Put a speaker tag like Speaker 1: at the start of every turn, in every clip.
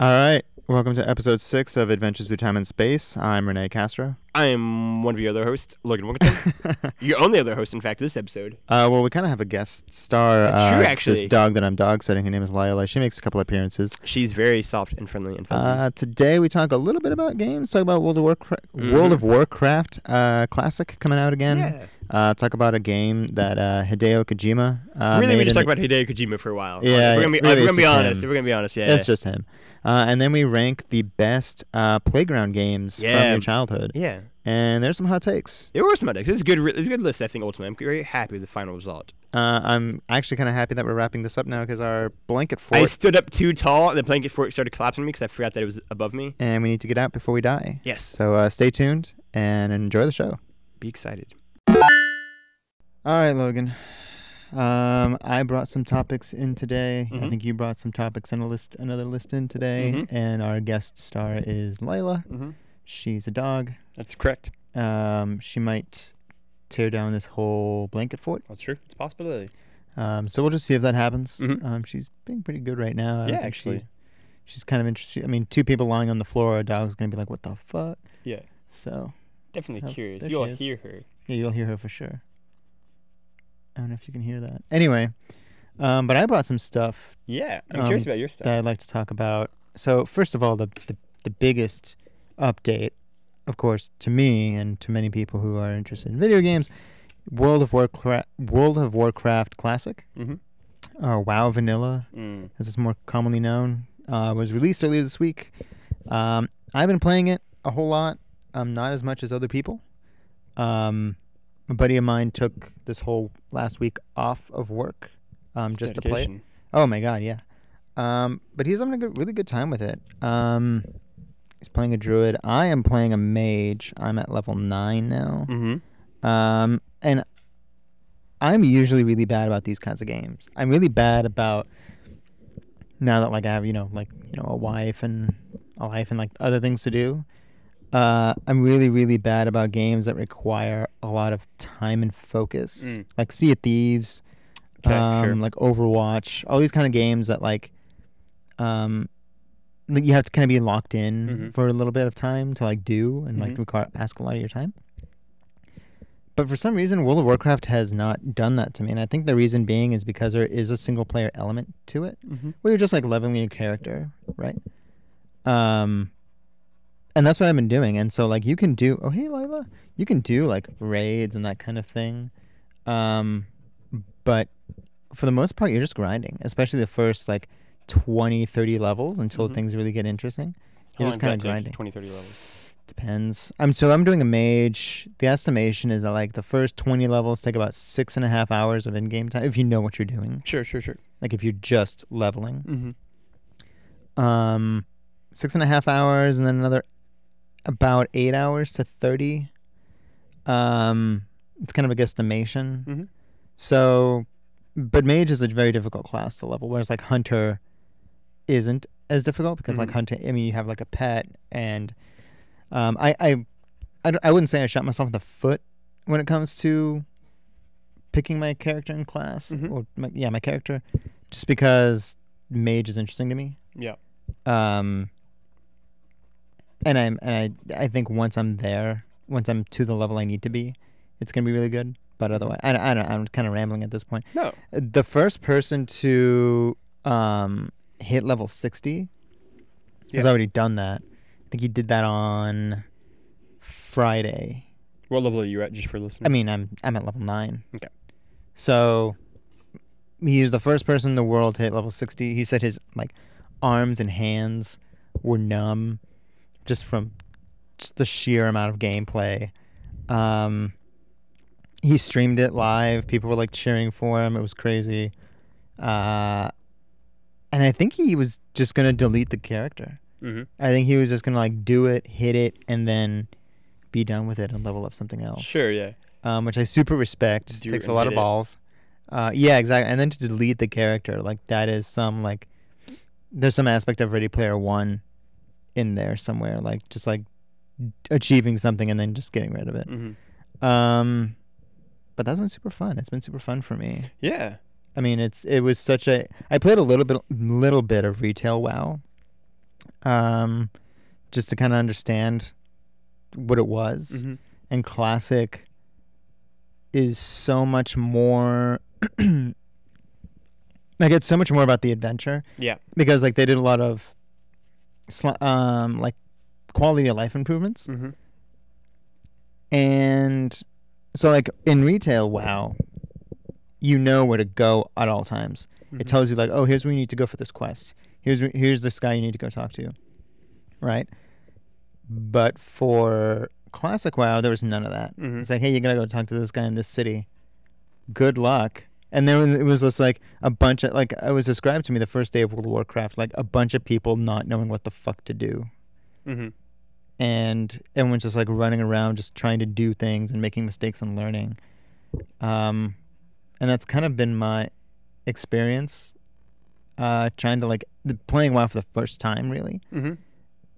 Speaker 1: All right. Welcome to episode six of Adventures Through Time and Space. I'm Renee Castro.
Speaker 2: I am one of your other hosts, Logan Wilkinson. your only other host, in fact, this episode.
Speaker 1: Uh, well, we kind of have a guest star.
Speaker 2: That's true,
Speaker 1: uh, This
Speaker 2: actually.
Speaker 1: dog that I'm dog sitting. Her name is Lila. She makes a couple appearances.
Speaker 2: She's very soft and friendly and fuzzy.
Speaker 1: Uh, today we talk a little bit about games. Talk about World of Warcraft, World of Warcraft uh, classic coming out again.
Speaker 2: Mm-hmm. Yeah.
Speaker 1: Uh, talk about a game that uh, Hideo Kojima. Uh,
Speaker 2: really,
Speaker 1: made
Speaker 2: we just
Speaker 1: in
Speaker 2: talk
Speaker 1: the-
Speaker 2: about Hideo Kojima for a while.
Speaker 1: Yeah,
Speaker 2: we're gonna be,
Speaker 1: really,
Speaker 2: we're
Speaker 1: it's
Speaker 2: gonna be
Speaker 1: just
Speaker 2: honest.
Speaker 1: him.
Speaker 2: We're gonna be honest. Yeah,
Speaker 1: It's just him. Uh, and then we rank the best uh, playground games from
Speaker 2: Yeah.
Speaker 1: your childhood.
Speaker 2: yeah.
Speaker 1: And there's some hot takes.
Speaker 2: There were some others. This is a good. re- This is a good list. I think ultimately, I'm very happy with the final result.
Speaker 1: Uh, I'm actually kind of happy that we're wrapping this up now because our blanket fort,
Speaker 2: I stood up too tall, and the blanket fort started collapsing on me because I forgot that it was above me.
Speaker 1: and we need to get out before we die.
Speaker 2: Yes.
Speaker 1: So uh, stay tuned and enjoy the show.
Speaker 2: Be excited.
Speaker 1: All right, Logan. Um, I brought some topics in today. I
Speaker 2: Mhm.
Speaker 1: think you brought some topics and a list, another list in today.
Speaker 2: Mhm.
Speaker 1: And our guest star is Lila.
Speaker 2: Mm-hmm.
Speaker 1: She's a dog.
Speaker 2: That's correct.
Speaker 1: Um, she might tear down this whole blanket fort.
Speaker 2: That's true. It's a possibility.
Speaker 1: Um, so we'll just see if that happens.
Speaker 2: Mhm.
Speaker 1: Um, she's being pretty good right now. I don't
Speaker 2: Yeah,
Speaker 1: think
Speaker 2: actually.
Speaker 1: she's, she's kind of interesting. I mean, two people lying on the floor, a dog's gonna be like, "What the fuck?"
Speaker 2: Yeah.
Speaker 1: So
Speaker 2: Definitely
Speaker 1: Oh,
Speaker 2: curious.
Speaker 1: there she
Speaker 2: You'll
Speaker 1: is.
Speaker 2: hear her.
Speaker 1: yeah, you'll hear her for sure. I don't know if you can hear that. Anyway, um, but I brought some stuff
Speaker 2: Yeah. I'm
Speaker 1: Um,
Speaker 2: curious about your stuff.
Speaker 1: that I'd like to talk about. So first of all, the the, the biggest update, of course, to me and to many people who are interested in video games, World of Warcraft, World of Warcraft Classic,
Speaker 2: mm-hmm.
Speaker 1: or WoW Vanilla,
Speaker 2: Mm.
Speaker 1: as it's more commonly known, uh, was released earlier this week. Um, I've been playing it a whole lot, um, not as much as other people. Um, a buddy of mine took this whole last week off of work um, just to play it. Oh my god, yeah. Um, but he's having a good, really good time with it. Um, he's playing a druid. I am playing a mage. I'm at level nine now.
Speaker 2: Mm-hmm.
Speaker 1: Um, and I'm usually really bad about these kinds of games. I'm really bad about now that like I have you know like you know a wife and a life and like other things to do. Uh, I'm really really bad about games that require a lot of time and focus,
Speaker 2: Mm.
Speaker 1: like Sea of Thieves,
Speaker 2: Okay,
Speaker 1: um,
Speaker 2: sure.
Speaker 1: like Overwatch, all these kind of games that like, um, that you have to kind of be locked in
Speaker 2: Mhm.
Speaker 1: for a little bit of time to like do and like
Speaker 2: Mhm.
Speaker 1: require ask a lot of your time. But for some reason, World of Warcraft has not done that to me, and I think the reason being is because there is a single player element to it,
Speaker 2: Mm-hmm.
Speaker 1: where you're just like leveling your character, right? Um, and that's what I've been doing. And so like you can do, oh hey Lila, you can do like raids and that kind of thing, um, but for the most part, you're just grinding, especially the first like 20, 30 levels until
Speaker 2: Mhm.
Speaker 1: things really get interesting. You're just kind of grinding.
Speaker 2: 20, 30 levels.
Speaker 1: Depends. I'm so I'm doing a mage. The estimation is that like the first twenty levels take about six and a half hours of in-game time if you know what you're doing.
Speaker 2: Sure, sure, sure.
Speaker 1: Like if you're just leveling,
Speaker 2: Mm-hmm.
Speaker 1: um, six and a half hours, and then another about eight hours to thirty. Um, it's kind of a guesstimation.
Speaker 2: Mhm.
Speaker 1: So, but mage is a very difficult class to level, whereas like hunter isn't as difficult because like
Speaker 2: Mhm.
Speaker 1: hunter, I mean, you have like a pet, and um, I I I, don't- I wouldn't say I shot myself in the foot when it comes to picking my character in class
Speaker 2: Mhm.
Speaker 1: or my, yeah my character, just because mage is interesting to me.
Speaker 2: Yeah.
Speaker 1: Um, and I'm and I I think once I'm there, once I'm to the level I need to be, it's gonna be really good. But otherwise, I, I don't, I'm kind of rambling at this point.
Speaker 2: No.
Speaker 1: The first person to um hit level sixty has
Speaker 2: Yeah.
Speaker 1: already done that. I think he did that on Friday.
Speaker 2: What level are you at, just for listening?
Speaker 1: I mean, I'm I'm at level nine.
Speaker 2: Okay.
Speaker 1: So he was the first person in the world to hit level sixty. He said his like arms and hands were numb just from just the sheer amount of gameplay. Um, he streamed it live. People were like cheering for him. It was crazy. Uh, and I think he was just gonna delete the character.
Speaker 2: mm-hmm.
Speaker 1: I think he was just gonna like do it, hit it, and then be done with it and level up something else
Speaker 2: Sure, yeah.
Speaker 1: um, which I super respect.
Speaker 2: Do
Speaker 1: Takes a
Speaker 2: and
Speaker 1: lot
Speaker 2: did
Speaker 1: of
Speaker 2: it.
Speaker 1: balls. Uh, yeah, exactly. And then to delete the character, like that is some like there's some aspect of Ready Player One in there somewhere, like just like achieving something and then just getting rid of it.
Speaker 2: Mm-hmm.
Speaker 1: Um, but that's been super fun. It's been super fun for me.
Speaker 2: Yeah.
Speaker 1: I mean, it's it was such a. I played a little bit, little bit of retail WoW, um, just to kind of understand what it was.
Speaker 2: Mm-hmm.
Speaker 1: and classic is so much more like it's so much more about the adventure
Speaker 2: Yeah.
Speaker 1: because like they did a lot of sli- um like quality of life improvements
Speaker 2: Mm-hmm.
Speaker 1: and so like in retail wow you know where to go at all times it tells you like oh here's where you need to go for this quest here's where- here's this guy you need to go talk to right but for classic wow there was none of that
Speaker 2: Mhm.
Speaker 1: it's like hey you gotta go talk to this guy in this city good luck and then it was just like a bunch of like it was described to me the first day of world of warcraft like a bunch of people not knowing what the fuck to do
Speaker 2: Mm-hmm.
Speaker 1: and everyone's just like running around just trying to do things and making mistakes and learning um and that's kind of been my experience uh trying to like the, playing wow for the first time really
Speaker 2: Mm-hmm.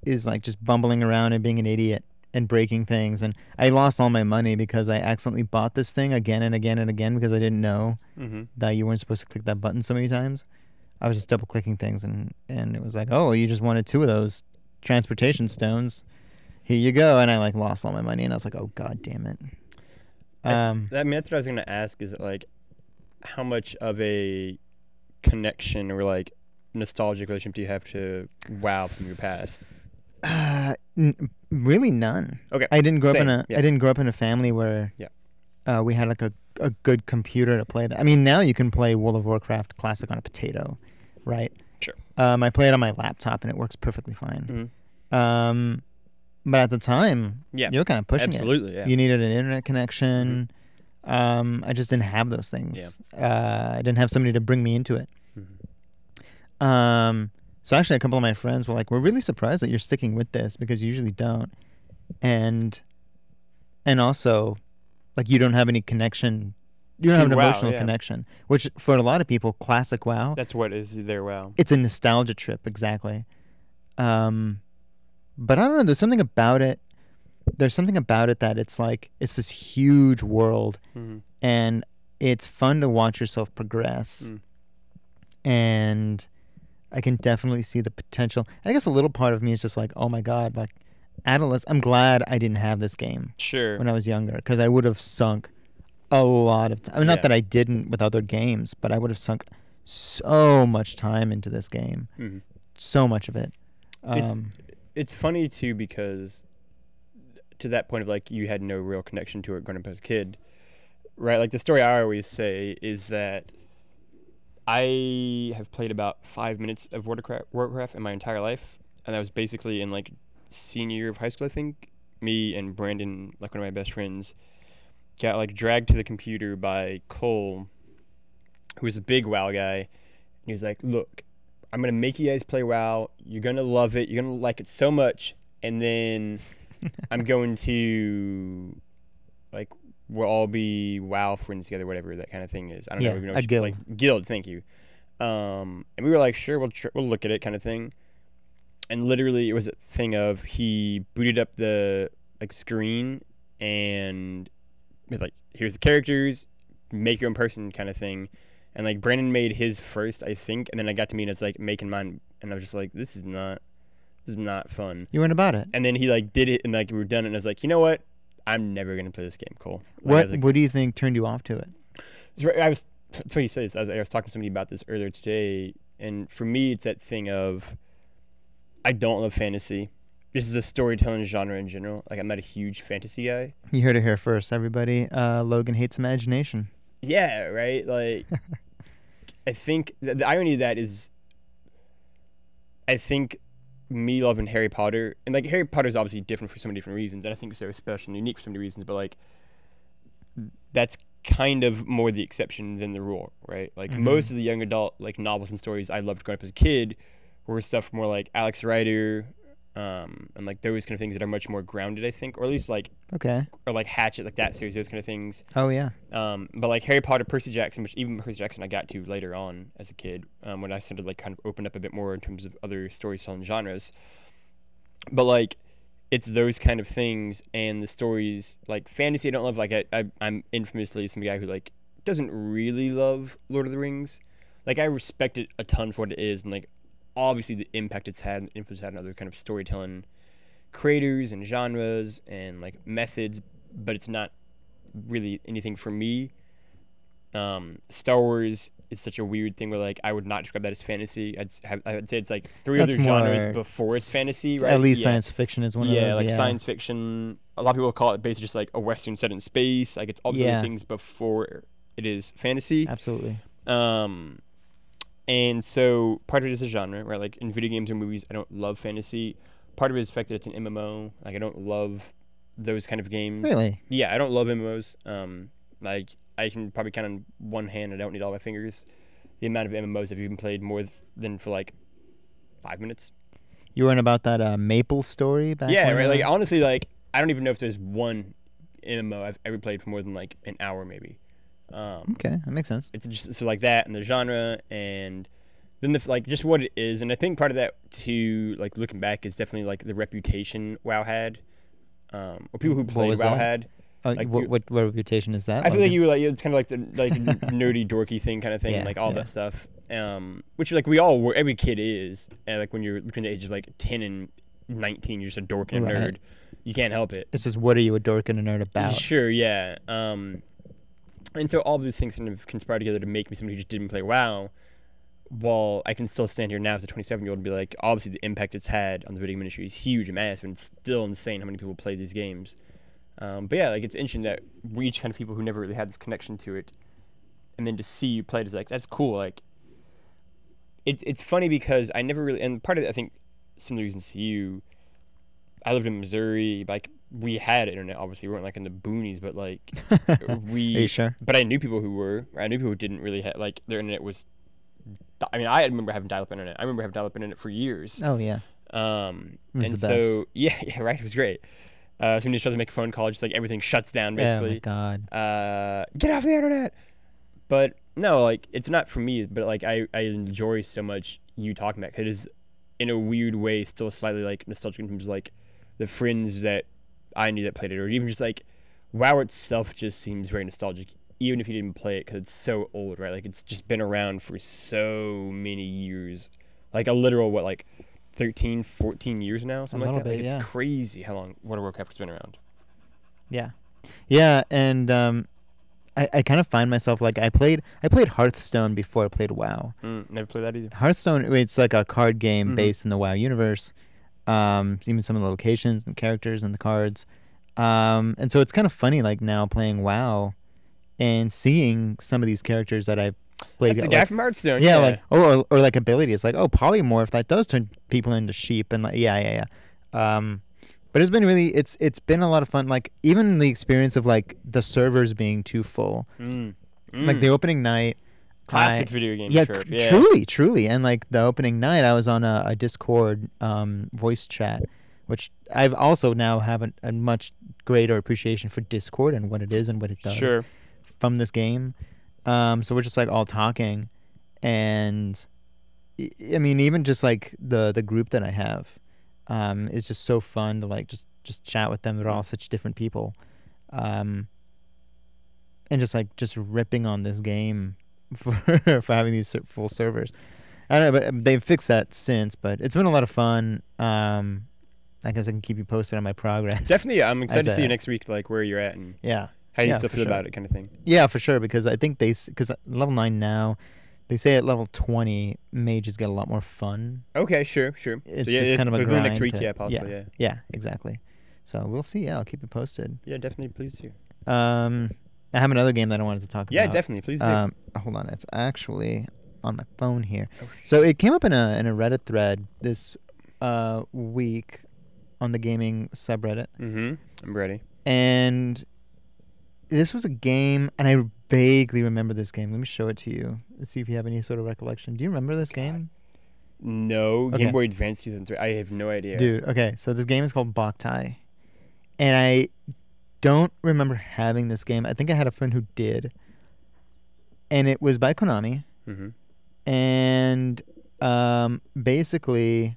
Speaker 1: is like just bumbling around and being an idiot and breaking things and i lost all my money because i accidentally bought this thing again and again and again because i didn't know
Speaker 2: Mm-hmm.
Speaker 1: that you weren't supposed to click that button so many times i was just double clicking things and and it was like oh you just wanted two of those transportation stones here you go and i like lost all my money and i was like oh god damn it
Speaker 2: I th-
Speaker 1: um
Speaker 2: That I mean, that's what I was gonna ask is like, how much of a connection or like nostalgic relationship do you have to WoW from your past?
Speaker 1: Uh, n- really none.
Speaker 2: Okay,
Speaker 1: I didn't grow
Speaker 2: same,
Speaker 1: up in a.
Speaker 2: yeah.
Speaker 1: I didn't grow up in a family where.
Speaker 2: Yeah.
Speaker 1: Uh, we had like a, a good computer to play that. I mean, now you can play World of Warcraft Classic on a potato, right?
Speaker 2: Sure.
Speaker 1: Um, I play it on my laptop and it works perfectly fine.
Speaker 2: Mm-hmm.
Speaker 1: Um, but at the time,
Speaker 2: Mm. Yeah,
Speaker 1: you were kind of pushing it.
Speaker 2: Absolutely, yeah. Mm-hmm.
Speaker 1: You needed an internet connection. Um, I just didn't have those things. Uh, I didn't have somebody to bring me into it.
Speaker 2: Mm-hmm.
Speaker 1: Um, so actually, a couple of my friends were like, "We're really surprised that you're sticking with this because you usually don't," and and also, like, you don't have any connection. You don't
Speaker 2: To
Speaker 1: have an
Speaker 2: WoW,
Speaker 1: emotional
Speaker 2: yeah.
Speaker 1: connection, which for a lot of people, classic WoW,
Speaker 2: That's what is their WoW.
Speaker 1: it's a nostalgia trip exactly um but i don't know there's something about it there's something about it that it's like it's this huge world
Speaker 2: Mm-hmm.
Speaker 1: and it's fun to watch yourself progress
Speaker 2: Mm.
Speaker 1: and i can definitely see the potential i guess a little part of me is just like oh my god like adolescence i'm glad i didn't have this game
Speaker 2: Sure.
Speaker 1: when i was younger because i would have sunk a lot of time I mean, not
Speaker 2: Yeah.
Speaker 1: that i didn't with other games but i would have sunk so much time into this game
Speaker 2: Mhm.
Speaker 1: so much of it.
Speaker 2: It's-
Speaker 1: Um,
Speaker 2: It's funny too because to that point of like you had no real connection to it growing up as a kid, right? Like the story I always say is that I have played about five minutes of Warcraft, Warcraft in my entire life, and that was basically in like senior year of high school, I think. Me and Brandon, like one of my best friends, got like dragged to the computer by Cole, who was a big WoW guy, and he was like, "Look, I'm gonna make you guys play WoW. You're gonna love it. You're gonna like it so much, and then I'm going to like we'll all be WoW friends together, whatever that kind of thing is. I don't
Speaker 1: Yeah,
Speaker 2: know, even
Speaker 1: a
Speaker 2: know what you-
Speaker 1: guild.
Speaker 2: Like, guild, thank you. Um, and we were like, sure, we'll tr- we'll look at it, kind of thing. And literally, it was a thing of he booted up the like screen and was like, here's the characters, make your own person, kind of thing. And like Brandon made his first, I think, and then I got to me and it's like making mine, and I was just like, this is not, this is not fun.
Speaker 1: you weren't about it.
Speaker 2: And then he like did it, and like we were done, and I was like, you know what? I'm never gonna play this game, Cole. Like, I
Speaker 1: What
Speaker 2: was like,
Speaker 1: What do you think turned you off to it?
Speaker 2: it's right- I was that's what you said. I was, I was talking to somebody about this earlier today, and for me, it's that thing of I don't love fantasy. This is a storytelling genre in general. Like I'm not a huge fantasy guy.
Speaker 1: You heard it here first, everybody. Uh, Logan hates imagination.
Speaker 2: Yeah, right. Like I think th- the irony of that is, I think me loving Harry Potter and like Harry Potter is obviously different for so many different reasons, and I think it's so special and unique for so many reasons. But like that's kind of more the exception than the rule, right? Like most of the young adult like novels and stories I loved growing up as a kid were stuff more like Alex Rider, um, and like those kind of things that are much more grounded, I think, or at least like
Speaker 1: Okay.
Speaker 2: or like Hatchet, like that series, those kind of things.
Speaker 1: Oh yeah.
Speaker 2: Um, but like Harry Potter, Percy Jackson, which even Percy Jackson I got to later on as a kid um, when I started like kind of opened up a bit more in terms of other storytelling genres. But like, it's those kind of things and the stories like fantasy. I don't love like I, I I'm infamously some guy who like doesn't really love Lord of the Rings. Like I respect it a ton for what it is and like obviously the impact it's had, and influence it's had on other kind of storytelling creators and genres and like methods, but it's not really anything for me. Um, Star Wars is such a weird thing where like I would not describe that as fantasy. I'd s- have, I'd say it's like three
Speaker 1: That's
Speaker 2: other genres
Speaker 1: more
Speaker 2: before it's fantasy,
Speaker 1: S-
Speaker 2: right?
Speaker 1: At least
Speaker 2: Yeah
Speaker 1: science fiction is one
Speaker 2: yeah,
Speaker 1: of those.
Speaker 2: like
Speaker 1: yeah,
Speaker 2: science fiction. A lot of people call it basically just like a Western set in space. Like it's all the other
Speaker 1: Yeah.
Speaker 2: things before it is fantasy.
Speaker 1: Absolutely.
Speaker 2: Um, and so part of it is a genre, right? Like in video games or movies, I don't love fantasy. Part of it is the fact that it's an MMO. Like I don't love those kind of games.
Speaker 1: Really?
Speaker 2: Yeah, I don't love MMOs. Um, like I can probably count on one hand. I don't need all my fingers. The amount of MMOs I've even played more th- than for like five minutes.
Speaker 1: You weren't about that uh, Maple story back
Speaker 2: Yeah,
Speaker 1: when,
Speaker 2: right.
Speaker 1: uh,
Speaker 2: Like honestly, like I don't even know if there's one MMO I've ever played for more than like an hour, maybe. Um,
Speaker 1: Okay, that makes sense.
Speaker 2: it's just so like that and the genre and then the like just what it is, and I think part of that too, like looking back, is definitely like the reputation WoW had, um, or people who
Speaker 1: What
Speaker 2: played
Speaker 1: was
Speaker 2: WoW
Speaker 1: that?
Speaker 2: had.
Speaker 1: Oh,
Speaker 2: like
Speaker 1: what,
Speaker 2: you-
Speaker 1: what what reputation is that?
Speaker 2: I
Speaker 1: Logan?
Speaker 2: feel like you were like it's kind of like the like nerdy dorky thing kind of thing,
Speaker 1: Yeah,
Speaker 2: like all
Speaker 1: yeah.
Speaker 2: that stuff. Um, which like we all were, every kid is, and like when you're between the ages of like ten and nineteen, you're just a dork and a
Speaker 1: Right.
Speaker 2: nerd. You can't help it.
Speaker 1: It's just what are you a dork and a nerd about?
Speaker 2: Sure, yeah. Um, and so all these things kind of conspire together to make me somebody who just didn't play WoW. While I can still stand here now as a 27 year old and be like, obviously the impact it's had on the video game industry is huge and massive, and it's still insane how many people play these games. Um, but yeah, like it's interesting that we each kind of people who never really had this connection to it, and then to see you play it is like that's cool. Like it's it's funny because I never really and part of it, I think some of the reasons you I lived in Missouri, like we had internet obviously. We weren't like in the boonies, but like
Speaker 1: Are you
Speaker 2: we
Speaker 1: sure?
Speaker 2: but I knew people who were. I knew people who didn't really have like their internet was I mean, I remember having dial up internet. I remember having dial up internet for years.
Speaker 1: Oh yeah.
Speaker 2: Um
Speaker 1: It was
Speaker 2: and
Speaker 1: the best.
Speaker 2: so yeah, yeah, right, it was great. Uh, somebody tries to make a phone call, just like everything shuts down
Speaker 1: Oh my
Speaker 2: basically
Speaker 1: god.
Speaker 2: uh, get off the internet. But no, like it's not for me. But like I, I enjoy so much you talking about 'cause it is, in a weird way, still slightly like nostalgic in terms of like the friends that I knew that played it, or even just like WoW itself just seems very nostalgic, even if you didn't play it because it's so old, right? Like it's just been around for so many years, like a literal what like. 13 14 years now something like
Speaker 1: little
Speaker 2: that
Speaker 1: bit,
Speaker 2: Like,
Speaker 1: yeah.
Speaker 2: it's crazy how long World of Warcraft's been around
Speaker 1: Yeah. Yeah, and um, I I kind of find myself like I played I played Hearthstone before I played WoW.
Speaker 2: mm, never played that either
Speaker 1: Hearthstone it's like a card game
Speaker 2: Mhm.
Speaker 1: based in the WoW universe. Um, even some of the locations and characters and the cards. Um, and so it's kind of funny like now playing WoW and seeing some of these characters that I played
Speaker 2: that's
Speaker 1: like,
Speaker 2: the guy from Hearthstone
Speaker 1: yeah, like or, or or like abilities like oh polymorph that does turn people into sheep and like yeah yeah yeah um but it's been really it's it's been a lot of fun like even the experience of like the servers being too full
Speaker 2: Mm.
Speaker 1: like the opening night
Speaker 2: classic
Speaker 1: I-
Speaker 2: video game
Speaker 1: yeah,
Speaker 2: trope.
Speaker 1: tr-
Speaker 2: Yeah.
Speaker 1: truly truly and like the opening night I was on a, a discord um voice chat which I've also now have an, a much greater appreciation for discord and what it is and what it does
Speaker 2: Sure.
Speaker 1: from this game. Um, so we're just like all talking, and I I mean, even just like the the group that I have, um, is just so fun to like just just chat with them. They're all such different people, um, and just like just ripping on this game for for having these ser- full servers. I don't know, but um, they've fixed that since. But it's been a lot of fun. Um, I guess I can keep you posted on my progress.
Speaker 2: Definitely. I'm excited to
Speaker 1: As
Speaker 2: see you
Speaker 1: a-
Speaker 2: next week, like where you're at and
Speaker 1: Yeah.
Speaker 2: how you
Speaker 1: Yeah,
Speaker 2: still
Speaker 1: for
Speaker 2: feel
Speaker 1: sure.
Speaker 2: about it, kind of thing.
Speaker 1: Yeah, for sure. Because I think they because level nine now, they say at level twenty mages get a lot more fun.
Speaker 2: Okay, sure, sure.
Speaker 1: It's just kind of a
Speaker 2: within the next
Speaker 1: grind
Speaker 2: week,
Speaker 1: to-
Speaker 2: yeah, possibly, yeah. yeah,
Speaker 1: Yeah, exactly. So we'll see. Yeah, I'll keep you posted.
Speaker 2: definitely, please do.
Speaker 1: Um, I have another game that I wanted to talk
Speaker 2: Yeah,
Speaker 1: about.
Speaker 2: definitely, please do.
Speaker 1: Um, hold on, it's actually on my phone here.
Speaker 2: Oh, sh-
Speaker 1: So it came up in a in a Reddit thread this uh week on the gaming subreddit,
Speaker 2: mm-hmm. I'm ready.
Speaker 1: and this was a game, and I vaguely remember this game. Let me show it to you. See if you have any sort of recollection. Do you remember this game?
Speaker 2: No
Speaker 1: Okay.
Speaker 2: Game Boy Advance 2003. I have no idea.
Speaker 1: Dude, okay, so this game is called Boktai. And I don't remember having this game. I think I had a friend who did. And it was by Konami.
Speaker 2: Mm-hmm.
Speaker 1: And um, basically,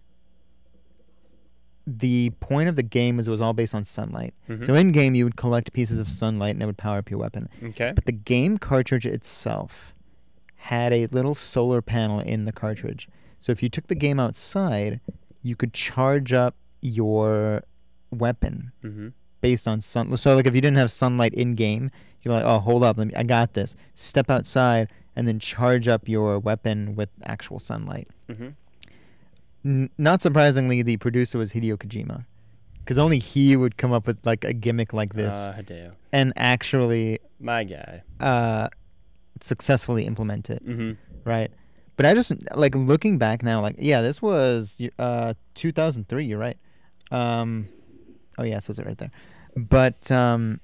Speaker 1: the point of the game was it was all based on sunlight.
Speaker 2: Mhm.
Speaker 1: So in game, you would collect pieces of sunlight and it would power up your weapon.
Speaker 2: Okay.
Speaker 1: But the game cartridge itself had a little solar panel in the cartridge. So if you took the game outside, you could charge up your weapon
Speaker 2: Mm-hmm.
Speaker 1: based on sun. So like if you didn't have sunlight in game, you're like, oh, hold up, let me, I got this. Step outside and then charge up your weapon with actual sunlight.
Speaker 2: Mm-hmm.
Speaker 1: N- not surprisingly, the producer was Hideo Kojima, because only he would come up with like a gimmick like this
Speaker 2: Ah, Hideo,
Speaker 1: and actually
Speaker 2: my guy.
Speaker 1: uh, successfully implement it,
Speaker 2: Mm-hmm.
Speaker 1: right? But I just like looking back now, like yeah, this was uh 2003. You're right. Um, oh yeah, it says it right there. But um,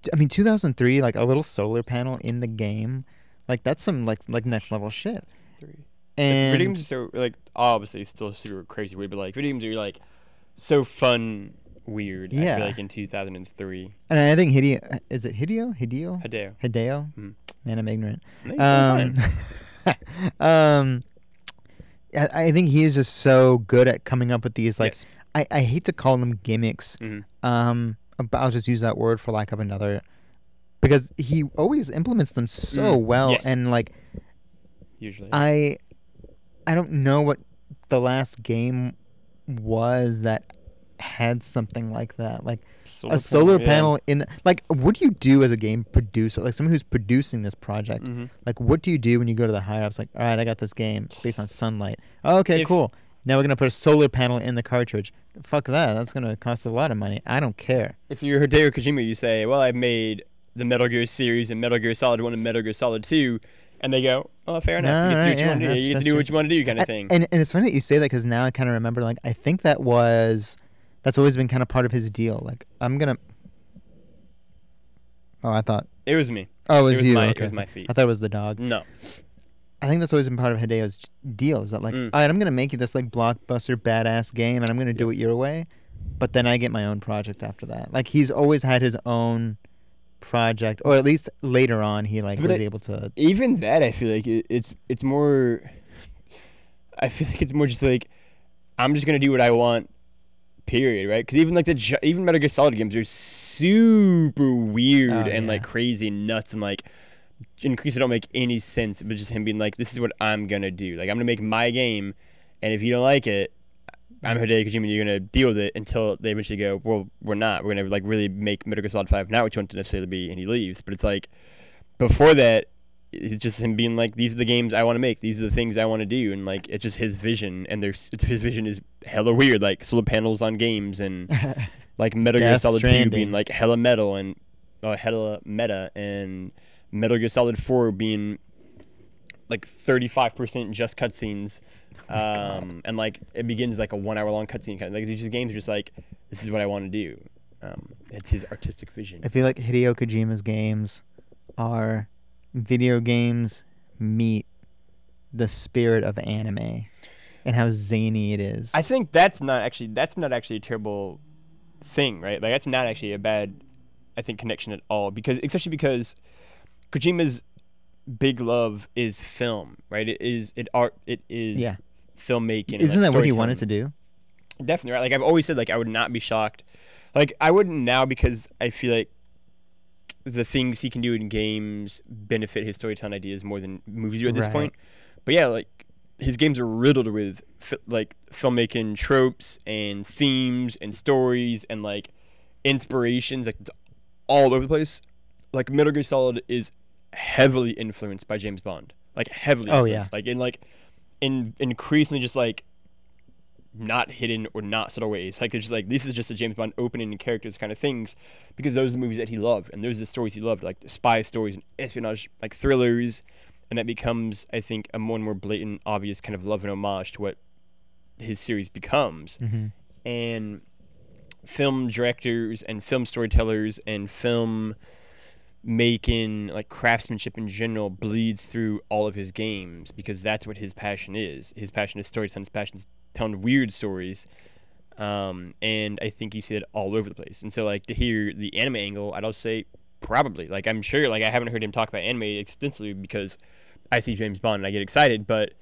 Speaker 1: t- I mean 2003, like a little solar panel in the game, like that's some like like next level shit.
Speaker 2: Three. It's
Speaker 1: And
Speaker 2: video games are so like obviously still super crazy weird, but like video games are like so fun weird. I
Speaker 1: Yeah.
Speaker 2: feel like in 2003,
Speaker 1: and I think Hideo is it Hideo Hideo
Speaker 2: Hideo.
Speaker 1: Hideo?
Speaker 2: Mhm.
Speaker 1: Man, I'm ignorant.
Speaker 2: Maybe
Speaker 1: Um,
Speaker 2: sometime.
Speaker 1: um, I, I think he is just so good at coming up with these like
Speaker 2: Yes.
Speaker 1: I, I hate to call them gimmicks.
Speaker 2: Mhm.
Speaker 1: Um, but I'll just use that word for lack of another, because he always implements them so
Speaker 2: Mm,
Speaker 1: well,
Speaker 2: yes.
Speaker 1: and like
Speaker 2: usually.
Speaker 1: I, I don't know what the last game was that had something like that, like a solar panel in like what do you do as a game producer like someone who's producing this project
Speaker 2: Mhm.
Speaker 1: like what do you do when you go to the higher ups like all right i got this game based on sunlight Oh, okay
Speaker 2: If-
Speaker 1: cool now we're gonna put a solar panel in the cartridge fuck that that's gonna cost a lot of money i don't care
Speaker 2: If you're Hideo Kojima, you say, "Well, I made the Metal Gear series and Metal Gear Solid One and Metal Gear Solid Two, and they go, "Oh, fair
Speaker 1: No,
Speaker 2: enough. you
Speaker 1: right,
Speaker 2: get to do
Speaker 1: yeah,
Speaker 2: what you want to do.
Speaker 1: that's-
Speaker 2: You get
Speaker 1: that's
Speaker 2: to do
Speaker 1: true.
Speaker 2: what you want to do," kind of
Speaker 1: and,
Speaker 2: thing.
Speaker 1: and and it's funny that you say that because now i kind of remember like i think that was that's always been kind of part of his deal like i'm gonna oh i thought
Speaker 2: it was me.
Speaker 1: oh it
Speaker 2: It
Speaker 1: was,
Speaker 2: was
Speaker 1: you
Speaker 2: my- it
Speaker 1: okay.
Speaker 2: was my feet.
Speaker 1: i thought it was the dog
Speaker 2: No.
Speaker 1: I think that's always been part of Hideo's deal is that like,
Speaker 2: Mm.
Speaker 1: all right, I'm gonna make you this like blockbuster badass game, and I'm gonna do it your way, but then I get my own project after that. Like he's always had his own project, or at least later on he like
Speaker 2: But
Speaker 1: was
Speaker 2: I-
Speaker 1: able to.
Speaker 2: even that I feel like it, it's it's more I feel like it's more just like I'm just gonna do what I want period right because even like the gi- even Metal Gear Solid games are super weird
Speaker 1: Oh,
Speaker 2: and
Speaker 1: yeah.
Speaker 2: like crazy and nuts and like increase don't make any sense but just him being like this is what I'm gonna do like I'm gonna make my game and if you don't like it I'm Hideo Kojima you're gonna deal with it until they eventually go well we're not we're gonna like really make Metal Gear Solid 5 not what you want it to necessarily be and he leaves but it's like before that it's just him being like these are the games i want to make these are the things i want to do and like it's just his vision and there's it's, his vision is hella weird like solar panels on games and like metal gear
Speaker 1: Death
Speaker 2: solid 2
Speaker 1: Stranding.
Speaker 2: being like hella metal and uh, hella meta and metal gear solid 4 being like 35% just cutscenes
Speaker 1: Oh
Speaker 2: um, and like it begins like a one hour long cutscene kind of like these just games are just like this is what i want to do um, it's his artistic vision
Speaker 1: I feel like Hideo Kojima's games are video games meet the spirit of anime and how zany it is.
Speaker 2: I think that's not actually that's not actually a terrible thing, right? Like that's not actually a bad I think connection at all because especially because Kojima's big love is film, right? It is it art it is
Speaker 1: Yeah.
Speaker 2: filmmaking. and,
Speaker 1: Isn't
Speaker 2: like,
Speaker 1: that what he wanted
Speaker 2: storytelling.
Speaker 1: to do?
Speaker 2: Definitely, right? Like I've always said, like I would not be shocked. Like I wouldn't now because I feel like the things he can do in games benefit his storytelling ideas more than movies do at this
Speaker 1: Right.
Speaker 2: point. But yeah, like his games are riddled with fi- like filmmaking tropes and themes and stories and like inspirations. Like it's all over the place. Like Metal Gear Solid is heavily influenced by James Bond. Like heavily.
Speaker 1: Oh, yeah.
Speaker 2: influenced. Like in like in increasingly just like not hidden or not subtle ways. Like they're just like this is just a James Bond opening and characters kind of things because those are the movies that he loved and those are the stories he loved, like the spy stories and espionage like thrillers, and that becomes I think a more and more blatant, obvious kind of love and homage to what his series becomes.
Speaker 1: Mm-hmm.
Speaker 2: And film directors and film storytellers and film making like craftsmanship in general bleeds through all of his games because that's what his passion is. His passion is storytelling. His passion is telling weird stories. Um, and I think you see it all over the place. And so like to hear the anime angle, I'd also say probably. Like I'm sure like I haven't heard him talk about anime extensively because I see James Bond and I get excited, but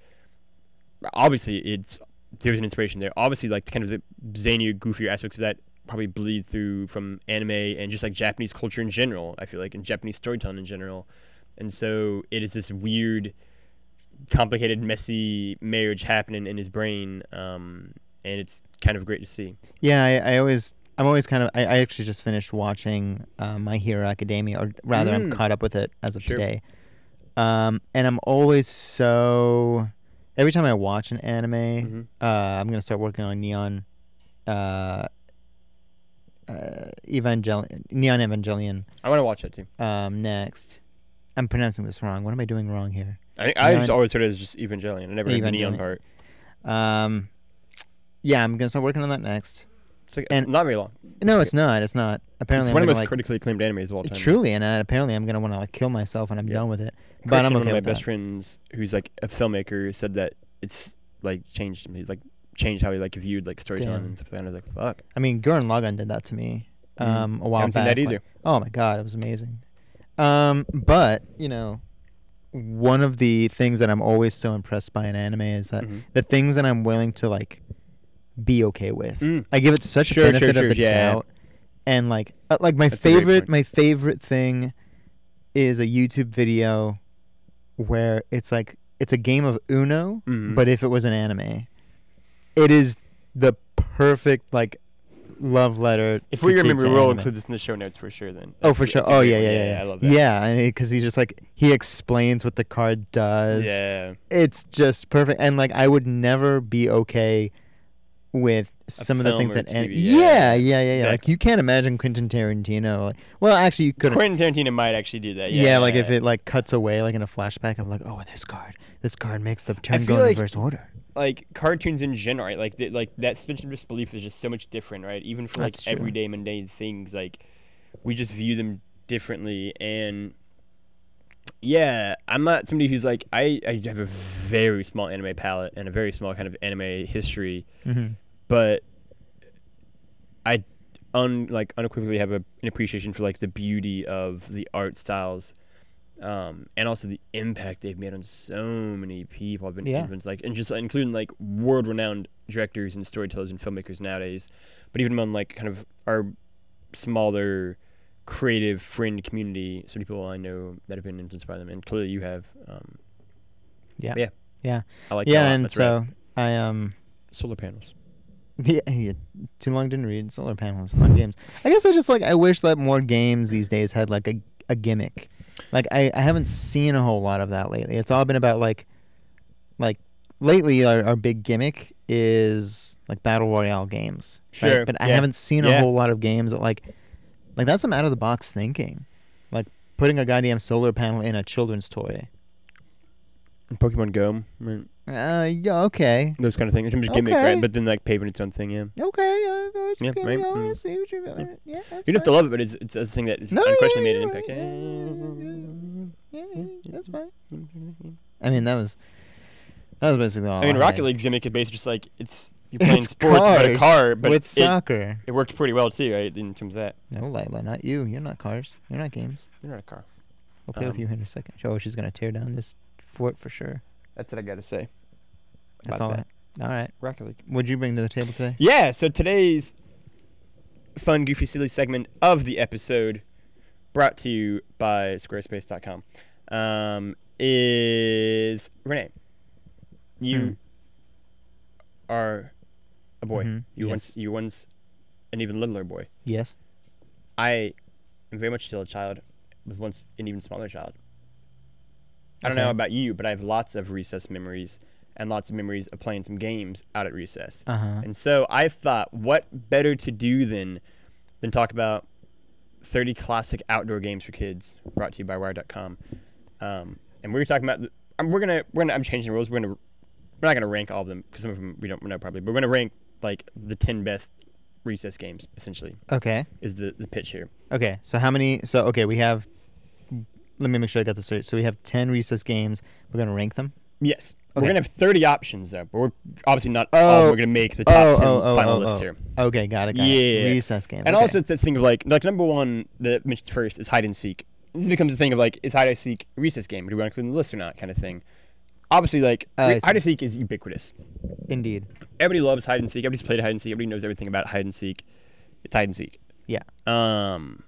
Speaker 2: obviously it's there's an inspiration there. Obviously, like kind of the zanier, goofier aspects of that probably bleed through from anime and just like Japanese culture in general. I feel like and Japanese storytelling in general, and so it is this weird complicated, messy marriage happening in his brain, um, and it's kind of great to see.
Speaker 1: Yeah, I, I always, I'm always kind of. I, I actually just finished watching uh, My Hero Academia, or rather, I'm
Speaker 2: Mm.
Speaker 1: caught up with it as of
Speaker 2: Sure.
Speaker 1: today. Um, and I'm always so. Every time I watch an anime,
Speaker 2: Mhm.
Speaker 1: uh, I'm gonna start working on Neon, uh, uh, Evangelion, Neon Evangelion
Speaker 2: I want to watch that too.
Speaker 1: um, next. I'm pronouncing this wrong. What am I doing wrong here?
Speaker 2: I I
Speaker 1: Neon-
Speaker 2: just always heard it as just Evangelion. I never heard the
Speaker 1: Evangelion.
Speaker 2: neon part.
Speaker 1: Um, yeah, I'm gonna start working on that next.
Speaker 2: It's like
Speaker 1: And-
Speaker 2: it's not very long.
Speaker 1: No, it's not. It's not. Apparently,
Speaker 2: it's
Speaker 1: I'm
Speaker 2: one of the
Speaker 1: gonna,
Speaker 2: most
Speaker 1: like,
Speaker 2: critically acclaimed animes of all time.
Speaker 1: Truly, and uh, apparently I'm gonna want to like kill myself when I'm
Speaker 2: Yeah.
Speaker 1: done with it.
Speaker 2: Christian,
Speaker 1: But I'm
Speaker 2: one
Speaker 1: okay
Speaker 2: of my
Speaker 1: with
Speaker 2: best
Speaker 1: that.
Speaker 2: friends, who's like a filmmaker, said that it's like changed him. He's like changed how he like viewed like storytelling
Speaker 1: Damn.
Speaker 2: and stuff like that. And I was like, fuck.
Speaker 1: I mean, Gurren Lagann did that to me
Speaker 2: Mhm.
Speaker 1: um, a while
Speaker 2: I haven't
Speaker 1: back.
Speaker 2: seen that
Speaker 1: like-
Speaker 2: either.
Speaker 1: oh my god, it was amazing. Um, but you know, one of the things that I'm always so impressed by in anime is that
Speaker 2: Mhm.
Speaker 1: the things that I'm willing to like be okay with.
Speaker 2: Mm.
Speaker 1: I give it such
Speaker 2: Sure, sure,
Speaker 1: benefit
Speaker 2: sure,
Speaker 1: of the
Speaker 2: yeah, yeah.
Speaker 1: doubt. And like, uh, like my
Speaker 2: That's a great
Speaker 1: favorite,
Speaker 2: point.
Speaker 1: my favorite thing is a YouTube video where it's like it's a game of Uno,
Speaker 2: Mhm.
Speaker 1: but if it was an anime, it is the perfect like love letter.
Speaker 2: If we
Speaker 1: to-
Speaker 2: remember,
Speaker 1: to
Speaker 2: we'll
Speaker 1: anime.
Speaker 2: include this in the show notes for sure. Then.
Speaker 1: Oh,
Speaker 2: That's-
Speaker 1: for sure.
Speaker 2: that's a
Speaker 1: Oh,
Speaker 2: great
Speaker 1: yeah,
Speaker 2: one.
Speaker 1: yeah, yeah, yeah.
Speaker 2: I love that.
Speaker 1: Yeah, and because he's just like he explains what the card does.
Speaker 2: Yeah.
Speaker 1: It's just perfect, and like I would never be okay with some of the
Speaker 2: film
Speaker 1: things
Speaker 2: or
Speaker 1: that. an-
Speaker 2: TV,
Speaker 1: yeah, yeah, yeah,
Speaker 2: yeah,
Speaker 1: yeah. Like
Speaker 2: exactly.
Speaker 1: you can't imagine Quentin Tarantino. Like, well, actually, you couldn't.
Speaker 2: Quentin Tarantino might actually do that.
Speaker 1: yeah,
Speaker 2: Yeah,
Speaker 1: like if it like cuts away like in a flashback of like, oh, this card, this card makes the turn go
Speaker 2: feel
Speaker 1: in
Speaker 2: like-
Speaker 1: reverse order.
Speaker 2: like cartoons in general, right? like the, like that suspension of disbelief is just so much different, right? Even for like
Speaker 1: That's true.
Speaker 2: everyday mundane things, like we just view them differently. And yeah, I'm not somebody who's like I, I have a very small anime palette and a very small kind of anime history,
Speaker 1: Mm-hmm.
Speaker 2: but I un like unequivocally have a, an appreciation for like the beauty of the art styles, um, and also the impact they've made on so many people. I've been
Speaker 1: Yeah.
Speaker 2: influenced like and just including like world renowned directors and storytellers and filmmakers nowadays, but even among like kind of our smaller creative friend community, so many people I know that have been influenced by them, and clearly you have. Um,
Speaker 1: Yeah.
Speaker 2: yeah,
Speaker 1: Yeah.
Speaker 2: I like that a
Speaker 1: yeah,
Speaker 2: lot.
Speaker 1: and
Speaker 2: That's rad.
Speaker 1: so I um
Speaker 2: solar panels.
Speaker 1: yeah, yeah, too long didn't read solar panels fun games. I guess I just like I wish that more games these days had like a, a gimmick. Like I, I haven't seen a whole lot of that lately. It's all been about like like lately our, our big gimmick is like battle royale games. right?
Speaker 2: Sure,
Speaker 1: But I
Speaker 2: yeah.
Speaker 1: haven't seen a
Speaker 2: Yeah.
Speaker 1: whole lot of games that like like that's some out of the box thinking. Like putting a goddamn solar panel in a children's toy.
Speaker 2: Pokemon Go, right?
Speaker 1: Uh yeah, okay.
Speaker 2: those kind of things. In terms of gimmick,
Speaker 1: Okay.
Speaker 2: right? But then like paving its own thing, yeah.
Speaker 1: Okay, yeah, go- it's
Speaker 2: Yeah,
Speaker 1: okay,
Speaker 2: right?
Speaker 1: yeah,
Speaker 2: Mm.
Speaker 1: I see what you're- uh, yeah, that's
Speaker 2: You don't have to
Speaker 1: fine.
Speaker 2: love it, but it's it's a thing that
Speaker 1: No, yeah,
Speaker 2: unquestionably
Speaker 1: you're
Speaker 2: made an
Speaker 1: right.
Speaker 2: impact.
Speaker 1: Yeah,
Speaker 2: Yeah.
Speaker 1: Yeah, yeah, that's fine.
Speaker 2: yeah, yeah.
Speaker 1: I mean, that was that was basically all.
Speaker 2: I mean,
Speaker 1: Oh, I
Speaker 2: Rocket
Speaker 1: had.
Speaker 2: League's gimmick is basically just like it's you're
Speaker 1: It's
Speaker 2: playing sports but a
Speaker 1: cars
Speaker 2: car, but
Speaker 1: with
Speaker 2: it,
Speaker 1: soccer.
Speaker 2: it works pretty well too, right? In terms of that,
Speaker 1: No, Lila, not you. You're not cars. You're not games.
Speaker 2: you're not a car.
Speaker 1: We'll play with
Speaker 2: Um,
Speaker 1: you here in a second. Oh, she's gonna tear down this fort for sure.
Speaker 2: That's what I gotta say.
Speaker 1: That's
Speaker 2: about
Speaker 1: all.
Speaker 2: that.
Speaker 1: I- all right.
Speaker 2: Rocket League.
Speaker 1: What'd you bring to the table today?
Speaker 2: Yeah. So today's fun, goofy, silly segment of the episode, brought to you by Squarespace.com, um, is Renee. You
Speaker 1: Hmm.
Speaker 2: are a boy.
Speaker 1: Mhm,
Speaker 2: You
Speaker 1: yes.
Speaker 2: once you once an even littler boy.
Speaker 1: Yes.
Speaker 2: I am very much still a child, was once an even smaller child. I don't know
Speaker 1: Okay.
Speaker 2: about you, but I have lots of recess memories and lots of memories of playing some games out at recess.
Speaker 1: Uh huh.
Speaker 2: And so I thought, what better to do than than talk about 30 classic outdoor games for kids, brought to you by Wire.com. Um, and we were talking about, the, um, we're gonna, we're gonna, I'm changing the rules. We're gonna, we're not gonna rank all of them because some of them we don't know probably, but we're gonna rank like the 10 best recess games essentially
Speaker 1: Okay.
Speaker 2: is the the pitch here.
Speaker 1: Okay. So how many? So okay, we have. Let me make sure I got this straight. So we have ten recess games. We're gonna rank them.
Speaker 2: Yes.
Speaker 1: Okay.
Speaker 2: We're gonna have 30 options though, but we're obviously not all.
Speaker 1: Oh.
Speaker 2: We're gonna make the top
Speaker 1: Oh,
Speaker 2: 10
Speaker 1: oh, oh,
Speaker 2: final
Speaker 1: oh,
Speaker 2: list
Speaker 1: oh.
Speaker 2: here.
Speaker 1: Okay, got it. Got
Speaker 2: Yeah.
Speaker 1: It. Recess games.
Speaker 2: And
Speaker 1: okay.
Speaker 2: also, it's a thing of like, like number one that mentioned first is hide and seek. This becomes a thing of like, is hide and seek a recess game? Do we want to include it in the list or not? Kind of thing. Obviously, like
Speaker 1: Oh, I
Speaker 2: re-
Speaker 1: see.
Speaker 2: hide and seek is ubiquitous.
Speaker 1: indeed.
Speaker 2: Everybody loves hide and seek. Everybody's played hide and seek. Everybody knows everything about hide and seek. It's hide and seek.
Speaker 1: Yeah.
Speaker 2: Um,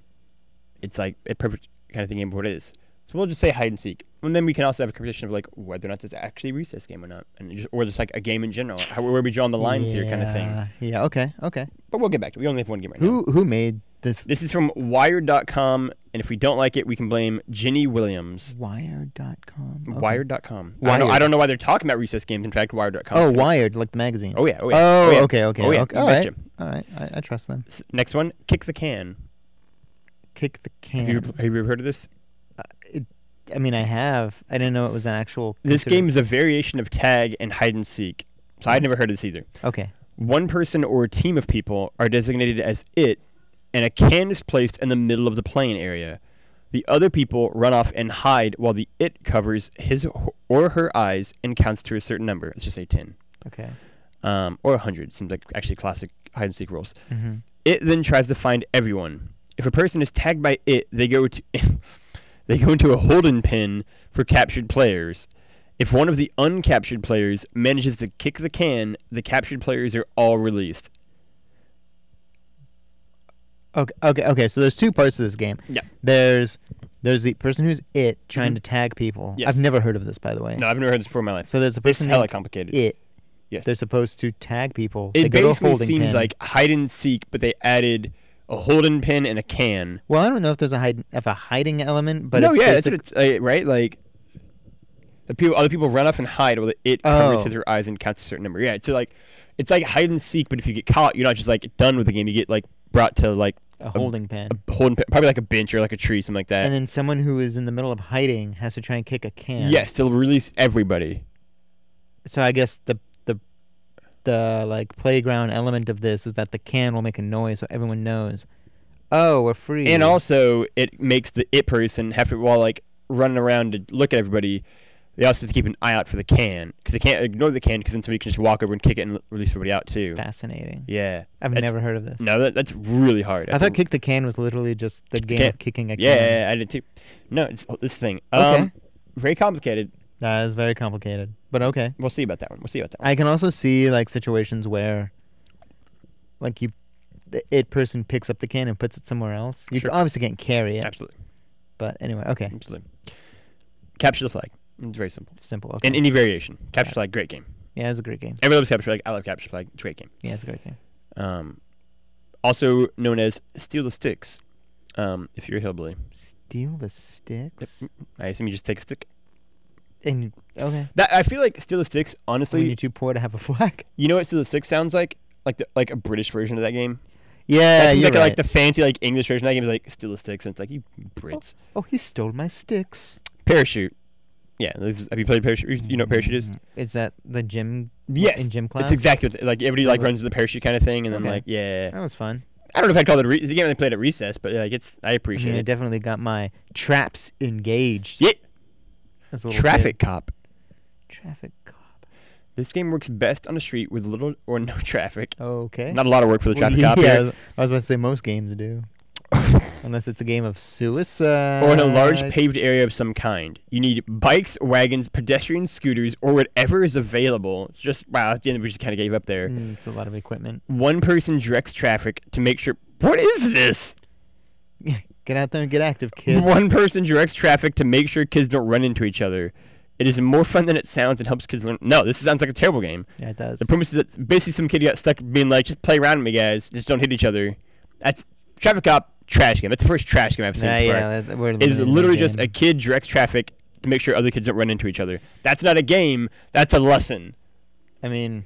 Speaker 2: it's like a perfect kind of thing game for what it is. So we'll just say hide and seek, and then we can also have a competition of like whether or not this is actually a recess game or not, and just, or just like a game in general, how, where we draw the lines here, kind of thing.
Speaker 1: Yeah, Yeah. Okay. Okay.
Speaker 2: But we'll get back to. it. We only have one game right now.
Speaker 1: Who who made this?
Speaker 2: This is from Wired.com, and if we don't like it, we can blame Ginny Williams.
Speaker 1: Wired.com. Okay.
Speaker 2: Wired.com. I don't, I
Speaker 1: Wired.
Speaker 2: don't know why they're talking about recess games. In fact, Wired.com.
Speaker 1: Oh,
Speaker 2: is gonna-
Speaker 1: Wired, like the magazine.
Speaker 2: Oh yeah. Oh yeah.
Speaker 1: Oh,
Speaker 2: oh yeah.
Speaker 1: okay, okay.
Speaker 2: Oh, yeah.
Speaker 1: okay.
Speaker 2: You
Speaker 1: All right.
Speaker 2: betcha.
Speaker 1: All right. I, I trust them.
Speaker 2: S- Next one, kick the can.
Speaker 1: Kick the
Speaker 2: Have you,
Speaker 1: can.
Speaker 2: have you ever heard of this?
Speaker 1: It, I mean, I have. I didn't know it was an actual.
Speaker 2: This
Speaker 1: considered-
Speaker 2: game is a variation of tag and hide and seek. So I'd never heard of this either.
Speaker 1: Okay.
Speaker 2: One person or a team of people are designated as it, and a can is placed in the middle of the playing area. The other people run off and hide while the it covers his or her eyes and counts to a certain number. Let's just say 10
Speaker 1: Okay.
Speaker 2: um, or 100. Seems like actually classic hide and seek rules.
Speaker 1: hmm
Speaker 2: It then tries to find everyone. If a person is tagged by it, they go to they go into a holding pen for captured players. If one of the uncaptured players manages to kick the can, the captured players are all released.
Speaker 1: Okay. Okay. Okay. So there's two parts to this game.
Speaker 2: Yeah.
Speaker 1: There's there's the person who's it trying
Speaker 2: Mhm.
Speaker 1: to tag people.
Speaker 2: Yes.
Speaker 1: I've never heard of this, by the way.
Speaker 2: No, I've never heard this before in my life.
Speaker 1: So there's a
Speaker 2: This
Speaker 1: person
Speaker 2: is hella
Speaker 1: named
Speaker 2: complicated.
Speaker 1: it.
Speaker 2: yes.
Speaker 1: They're supposed to tag people. they
Speaker 2: It
Speaker 1: go to a
Speaker 2: basically
Speaker 1: holding
Speaker 2: seems
Speaker 1: pen.
Speaker 2: like hide and seek, but they added a holding pen and a can.
Speaker 1: Well, I don't know if there's a hide, if a hiding element, but
Speaker 2: no,
Speaker 1: it's
Speaker 2: yeah, that's
Speaker 1: basic-
Speaker 2: what it's uh, right. Like the people, other people run off and hide while the it covers
Speaker 1: Oh.
Speaker 2: his or her eyes and counts a certain number. Yeah, it's like it's like hide and seek, but if you get caught, you're not just like done with the game. You get like brought to like
Speaker 1: a holding pen.
Speaker 2: holding probably like a bench or like a tree, something like that.
Speaker 1: and then someone who is in the middle of hiding has to try and kick a can.
Speaker 2: Yes, to release everybody.
Speaker 1: So I guess the the the like playground element of this is that the can will make a noise so everyone knows. Oh, we're free.
Speaker 2: And also, it makes the it person have to while like running around to look at everybody. They also have to keep an eye out for the can because they can't ignore the can because then somebody can just walk over and kick it and l- release everybody out too.
Speaker 1: fascinating.
Speaker 2: Yeah,
Speaker 1: I've
Speaker 2: that's-
Speaker 1: never heard of this.
Speaker 2: no, that, that's really hard.
Speaker 1: I
Speaker 2: That's a-
Speaker 1: thought kick the can was literally just the
Speaker 2: the
Speaker 1: game
Speaker 2: can.
Speaker 1: of kicking a
Speaker 2: Yeah,
Speaker 1: can.
Speaker 2: yeah, yeah, I did too. No, it's oh, this thing. Um,
Speaker 1: Okay.
Speaker 2: Very complicated.
Speaker 1: That is very complicated. But okay.
Speaker 2: We'll see about that one. We'll see about that one.
Speaker 1: I can also see like situations where, like you, the it person picks up the can and puts it somewhere else. You
Speaker 2: Sure. Mm.
Speaker 1: obviously can't carry it,
Speaker 2: Absolutely.
Speaker 1: but anyway, okay,
Speaker 2: Absolutely. Capture the flag. It's very simple.
Speaker 1: simple. Okay,
Speaker 2: And any variation. Capture the flag, great game.
Speaker 1: yeah, it's a great game.
Speaker 2: Everyone loves capture the flag. I love capture the flag. It's a great game.
Speaker 1: Yeah, it's a great game.
Speaker 2: Um, also known as steal the sticks. Um, if you're a hillbilly,
Speaker 1: Steal the sticks
Speaker 2: I assume you just take a stick.
Speaker 1: and okay.
Speaker 2: That I feel like steal the sticks.
Speaker 1: when
Speaker 2: Honestly,
Speaker 1: you're too poor to have a flag.
Speaker 2: you know what steal the sticks sounds like? Like the, like a British version of that game.
Speaker 1: Yeah,
Speaker 2: That seems
Speaker 1: you're
Speaker 2: like, a-
Speaker 1: right.
Speaker 2: like the fancy like English version of that game is like steal the sticks, and it's like you Brits.
Speaker 1: oh, he stole my sticks.
Speaker 2: Parachute. Yeah, this is- have you played parachute? You know what parachute is?
Speaker 1: Mm, Is that the gym?
Speaker 2: Yes,
Speaker 1: in gym class.
Speaker 2: It's exactly what, like everybody like
Speaker 1: Remember?
Speaker 2: runs to the parachute kind of thing, and then
Speaker 1: Okay.
Speaker 2: like yeah,
Speaker 1: That was fun.
Speaker 2: I don't know if I'd call it a re- it's a game they played at recess, but like it's I
Speaker 1: I
Speaker 2: appreciate
Speaker 1: mean, I
Speaker 2: it.
Speaker 1: definitely got my traps engaged.
Speaker 2: Yeah,
Speaker 1: as a little kid.
Speaker 2: traffic cop.
Speaker 1: Traffic cop.
Speaker 2: This game works best on a street with little or no traffic.
Speaker 1: Okay.
Speaker 2: Not a lot of work for the
Speaker 1: Well,
Speaker 2: traffic cop
Speaker 1: yeah,
Speaker 2: here,
Speaker 1: I was about to say most games do, unless it's a game of suicide
Speaker 2: or in a large
Speaker 1: Uh,
Speaker 2: paved area of some kind. You need bikes, wagons, pedestrians, scooters, or whatever is available. It's just wow, at the end we just kind of gave up there.
Speaker 1: Mm, it's a lot of equipment.
Speaker 2: One person directs traffic to make sure. What is this?
Speaker 1: Get out there and get active, kids.
Speaker 2: One person directs traffic to make sure kids don't run into each other. It is more fun than it sounds and helps kids learn. No, this sounds like a terrible game.
Speaker 1: Yeah, it does.
Speaker 2: The premise is that basically some kid got stuck being like, just play around with me, guys. Just don't hit each other. That's Traffic Cop trash game. That's the first trash game I've seen.
Speaker 1: Nah,
Speaker 2: before.
Speaker 1: yeah, that- we're
Speaker 2: It
Speaker 1: limited
Speaker 2: is
Speaker 1: to
Speaker 2: literally just a
Speaker 1: game.
Speaker 2: kid directs traffic to make sure other kids don't run into each other. That's not a game. That's a lesson.
Speaker 1: I mean,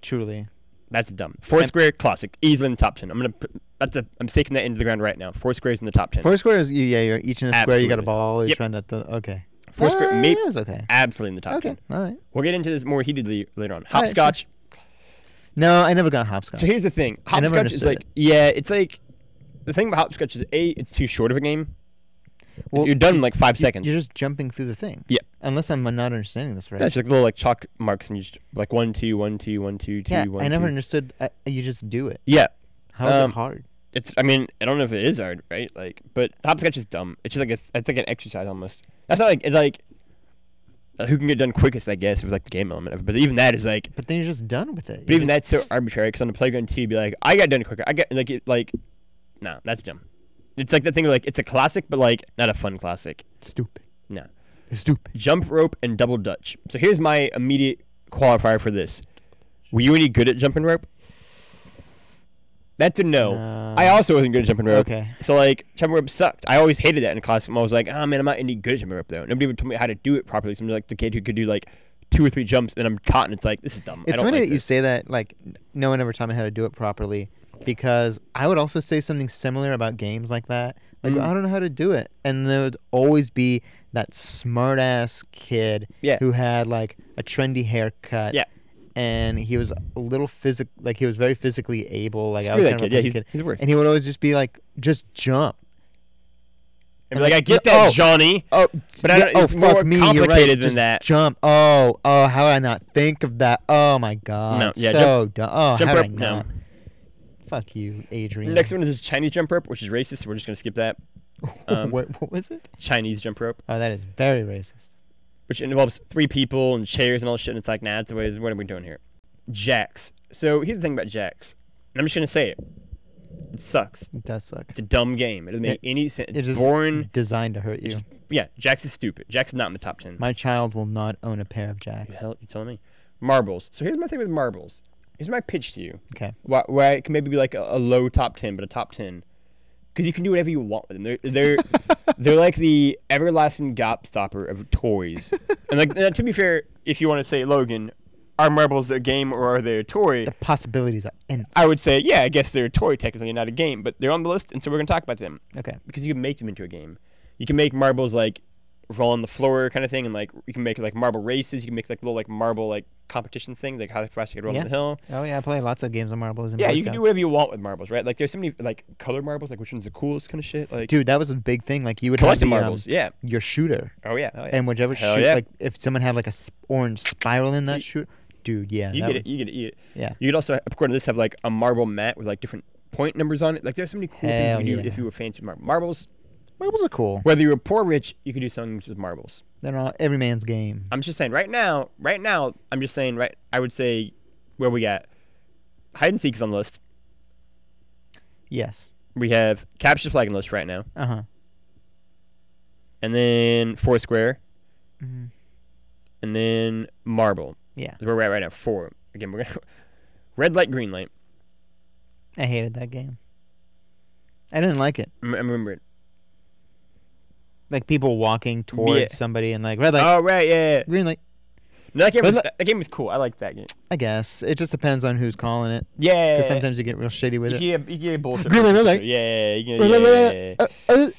Speaker 1: truly.
Speaker 2: That's dumb. Foursquare, classic. Easily in the top ten. I'm gonna. Put, that's a. I'm staking that into the ground right now. Foursquare is in the top ten.
Speaker 1: Foursquare is you- yeah, you're each in a square. You got a
Speaker 2: Absolutely.
Speaker 1: ball. You're
Speaker 2: Yep.
Speaker 1: trying to th- okay.
Speaker 2: Foursquare,
Speaker 1: ah,
Speaker 2: maybe
Speaker 1: it was okay.
Speaker 2: absolutely in the top
Speaker 1: Okay,
Speaker 2: ten.
Speaker 1: all right.
Speaker 2: We'll get into this more heatedly later on.
Speaker 1: All right, sure.
Speaker 2: Hopscotch.
Speaker 1: No, I never got hopscotch.
Speaker 2: So here's the thing.
Speaker 1: I never
Speaker 2: Hopscotch is
Speaker 1: understood
Speaker 2: like yeah, it's like the thing about hopscotch is a it's too short of a game.
Speaker 1: Well,
Speaker 2: You're done in like five seconds.
Speaker 1: You're just jumping through the thing.
Speaker 2: Yeah.
Speaker 1: Unless I'm not understanding this right.
Speaker 2: That's just little like chalk marks and you just like one two one two one two two
Speaker 1: yeah,
Speaker 2: one,
Speaker 1: I never
Speaker 2: two.
Speaker 1: understood. I, you just do it.
Speaker 2: yeah,
Speaker 1: How is
Speaker 2: Um,
Speaker 1: it hard?
Speaker 2: it's. I mean, I don't know if it is hard, right? Like, but hopscotch is dumb. It's just like a, it's like an exercise almost. That's not like it's like uh, who can get done quickest, I guess, with like the game element of it. But even that is like
Speaker 1: But then you're just done with it.
Speaker 2: But
Speaker 1: You're
Speaker 2: even
Speaker 1: just-
Speaker 2: that's so arbitrary because on the playground too, you'd be like, I got done quicker. I got like it like, no, that's dumb. It's like the thing like it's a classic, but like not a fun classic.
Speaker 1: stupid.
Speaker 2: No.
Speaker 1: Stupid.
Speaker 2: Jump rope and double dutch. So here's my immediate qualifier for this. Were you any good at jumping rope? That's a no. I
Speaker 1: No.
Speaker 2: also wasn't good at jumping rope.
Speaker 1: Okay.
Speaker 2: So like jumping rope sucked. I always hated that in class. I was like, oh man, I'm not any good at jumping rope though. Nobody ever told me how to do it properly. So I'm like the kid who could do like two or three jumps, and I'm caught, and it's like this is dumb. I
Speaker 1: It's
Speaker 2: don't
Speaker 1: funny
Speaker 2: like
Speaker 1: that you
Speaker 2: this.
Speaker 1: say that. Like, n- no one ever taught me how to do it properly, because I would also say something similar about games like that. Like,
Speaker 2: Mm.
Speaker 1: I don't know how to do it, and there would always be that smart ass kid
Speaker 2: Yeah.
Speaker 1: who had like a trendy haircut.
Speaker 2: Yeah.
Speaker 1: And he was a little physic, like he was very physically able. Like I
Speaker 2: Screw
Speaker 1: was
Speaker 2: that
Speaker 1: kind of
Speaker 2: kid.
Speaker 1: a
Speaker 2: Yeah,
Speaker 1: punk
Speaker 2: he's,
Speaker 1: kid.
Speaker 2: he's the worst.
Speaker 1: and he would always just be like, "Just jump."
Speaker 2: And
Speaker 1: I'm
Speaker 2: like,
Speaker 1: like,
Speaker 2: I get
Speaker 1: no-
Speaker 2: that,
Speaker 1: oh.
Speaker 2: Johnny.
Speaker 1: Oh,
Speaker 2: But I
Speaker 1: yeah,
Speaker 2: don't-
Speaker 1: oh,
Speaker 2: it's
Speaker 1: fuck
Speaker 2: more
Speaker 1: me, you're right,
Speaker 2: complicated than
Speaker 1: just
Speaker 2: that.
Speaker 1: Jump. Oh, oh, how did I not think of that? Oh my god.
Speaker 2: No, yeah,
Speaker 1: so dumb. Oh,
Speaker 2: jump
Speaker 1: how
Speaker 2: rope,
Speaker 1: did I
Speaker 2: no.
Speaker 1: not? Fuck you, Adrian.
Speaker 2: Next one is this Chinese jump rope, which is racist. So we're just gonna skip that. um,
Speaker 1: what, what was it?
Speaker 2: Chinese jump rope,
Speaker 1: Oh, that is very racist.
Speaker 2: which involves three people and chairs and all shit. And it's like, nah, that's the way. What are we doing here? Jacks. So here's the thing about jacks. And I'm just gonna say it. It sucks.
Speaker 1: It does suck.
Speaker 2: It's a dumb game. It doesn't make any sense.
Speaker 1: It
Speaker 2: It's
Speaker 1: is
Speaker 2: boring.
Speaker 1: designed to hurt you.
Speaker 2: just- Yeah, Jax is stupid. Jax is not in the top ten.
Speaker 1: My child will not own a pair of
Speaker 2: The
Speaker 1: jacks.
Speaker 2: hell you telling me? Marbles. So here's my thing with marbles. Here's my pitch to you.
Speaker 1: Okay.
Speaker 2: Why, why it can maybe be like a, a low top ten, but a top ten, because you can do whatever you want with them. They're they're they're like the everlasting gobstopper of toys. and like and to be fair, if you want to say Logan, are marbles a game or are they a toy?
Speaker 1: The possibilities are endless.
Speaker 2: I would say yeah. I guess they're a toy technically, not a game, but they're on the list, and so we're gonna talk about them.
Speaker 1: Okay.
Speaker 2: because you can make them into a game. You can make marbles like roll on the floor kind of thing, and like you can make like marble races. You can make like little like marble like competition thing, like how fast you can roll
Speaker 1: Yeah.
Speaker 2: on the hill.
Speaker 1: Oh yeah, I play lots of games on marbles. And
Speaker 2: Yeah,
Speaker 1: Boy
Speaker 2: you can do
Speaker 1: Scouts.
Speaker 2: whatever you want with marbles, right? Like there's so many like color marbles, like which one's the coolest kind of shit. Like
Speaker 1: Dude, that was a big thing. Like you would have
Speaker 2: collecting
Speaker 1: the, um,
Speaker 2: marbles, yeah.
Speaker 1: your shooter.
Speaker 2: Oh yeah, oh, yeah.
Speaker 1: and whichever
Speaker 2: Hell
Speaker 1: shoot,
Speaker 2: yeah.
Speaker 1: like if someone had like a s- orange spiral in
Speaker 2: You-
Speaker 1: that shoot, dude, yeah,
Speaker 2: you
Speaker 1: that
Speaker 2: get
Speaker 1: would-
Speaker 2: it, you get it, you get it.
Speaker 1: yeah.
Speaker 2: You could also, according to this, have like a marble mat with like different point numbers on it. Like there's so many cool
Speaker 1: Hell
Speaker 2: things you could do
Speaker 1: yeah.
Speaker 2: if you were fancy with mar- marbles.
Speaker 1: Marbles are cool.
Speaker 2: Whether you were poor or rich, you could do some things with marbles.
Speaker 1: They're all every man's game.
Speaker 2: I'm just saying right now, right now, I'm just saying right I would say where we got hide and seek's on the list.
Speaker 1: Yes.
Speaker 2: We have capture the flag on the list right now.
Speaker 1: Uh huh.
Speaker 2: And then Foursquare.
Speaker 1: Mhm.
Speaker 2: And then Marble.
Speaker 1: Yeah.
Speaker 2: Is where we're at right now. Four. Again, we're gonna Red light, green light.
Speaker 1: I hated that game. I didn't like it.
Speaker 2: I m- I remember it.
Speaker 1: Like people walking towards somebody and like red light,
Speaker 2: oh right, yeah, yeah.
Speaker 1: green light.
Speaker 2: No, that game
Speaker 1: Red
Speaker 2: was,
Speaker 1: light-
Speaker 2: that game was cool. I liked that game.
Speaker 1: I guess it just depends on who's calling it.
Speaker 2: Yeah.
Speaker 1: Because sometimes you get real shitty with
Speaker 2: you
Speaker 1: it.
Speaker 2: get, you get bullshit.
Speaker 1: Green light, red light.
Speaker 2: Yeah, yeah, yeah. You get,
Speaker 1: Red light,
Speaker 2: yeah,
Speaker 1: red
Speaker 2: yeah, yeah.
Speaker 1: light,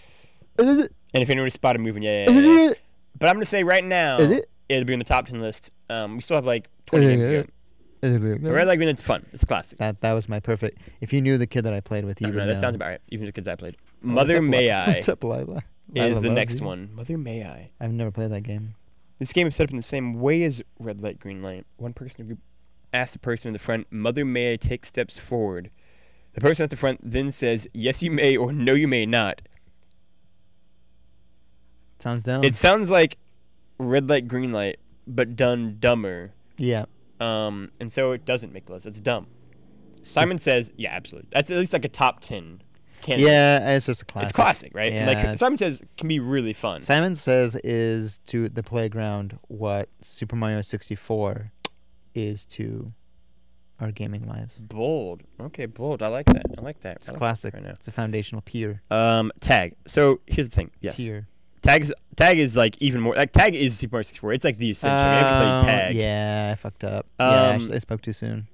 Speaker 1: uh, uh, uh,
Speaker 2: And if anyone spotted moving, yeah,
Speaker 1: uh,
Speaker 2: yeah, yeah.
Speaker 1: uh,
Speaker 2: But I'm gonna say right now,
Speaker 1: Is it?
Speaker 2: will be on the top ten list. Um, we still have like 20 games to go.
Speaker 1: uh,
Speaker 2: But
Speaker 1: uh,
Speaker 2: Red Light Green Light's fun. It's a classic.
Speaker 1: That that was my perfect. If you knew the kid that I played with, you
Speaker 2: No,
Speaker 1: would
Speaker 2: no,
Speaker 1: know.
Speaker 2: that sounds about right. Even the kids I played.
Speaker 1: What's
Speaker 2: Mother
Speaker 1: up, Li-
Speaker 2: May I
Speaker 1: What's up, Lila? Lila
Speaker 2: is the
Speaker 1: loves
Speaker 2: next
Speaker 1: you.
Speaker 2: one. Mother May I.
Speaker 1: I've never played that game.
Speaker 2: This game is set up in the same way as Red Light Green Light. One person in the group asks the person in the front, "Mother May I take steps forward?" The person at the front then says, "Yes, you may," or "No, you may not."
Speaker 1: Sounds dumb.
Speaker 2: It sounds like Red Light Green Light, but done dumber.
Speaker 1: yeah.
Speaker 2: Um, and so it doesn't make the list. It's dumb. Simon says, "Yeah, absolutely. That's at least like a top ten. Candidate.
Speaker 1: Yeah, it's just a classic.
Speaker 2: it's classic, right? And,
Speaker 1: Yeah.
Speaker 2: Like Simon says, can be really fun.
Speaker 1: Simon says is to the playground what Super Mario 64 is to our gaming lives.
Speaker 2: bold. Okay, bold. I like that. I like that.
Speaker 1: It's
Speaker 2: I like that
Speaker 1: classic.
Speaker 2: Oh, right
Speaker 1: It's a foundational peer.
Speaker 2: now. Um, tag. So here's the thing. Yes,
Speaker 1: Tier.
Speaker 2: tags. Tag is like even more. Like tag is Super Mario 64. It's like the essential. I mean,
Speaker 1: Oh,
Speaker 2: everybody played tag.
Speaker 1: Yeah, I fucked up. yeah, I
Speaker 2: Um,
Speaker 1: s- I, spoke too soon.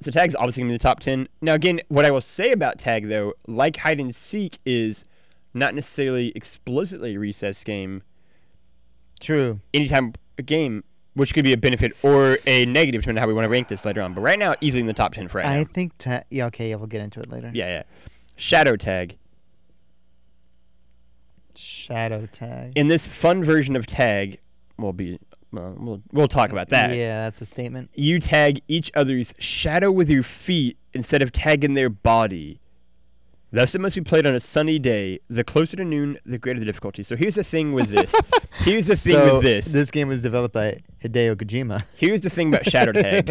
Speaker 2: So tag's obviously gonna be in the top ten. Now again, what I will say about tag though, like hide and seek, is not necessarily explicitly a recess game.
Speaker 1: True.
Speaker 2: anytime a game, which could be a benefit or a negative, depending on how we want to rank this later on. But right now, easily in the top ten for right
Speaker 1: I
Speaker 2: now.
Speaker 1: think ta- yeah, okay, yeah, we'll get into it later.
Speaker 2: Yeah, yeah. Shadow Tag.
Speaker 1: Shadow tag.
Speaker 2: In this fun version of Tag, will be well, we'll we'll talk about that.
Speaker 1: Yeah, that's a statement.
Speaker 2: You tag each other's shadow with your feet instead of tagging their body. Thus, it must be played on a sunny day. The closer to noon, the greater the difficulty. So here's the thing with this. here's the thing
Speaker 1: so
Speaker 2: with this.
Speaker 1: This game was developed by Hideo Kojima.
Speaker 2: Here's the thing about Shadow Tag.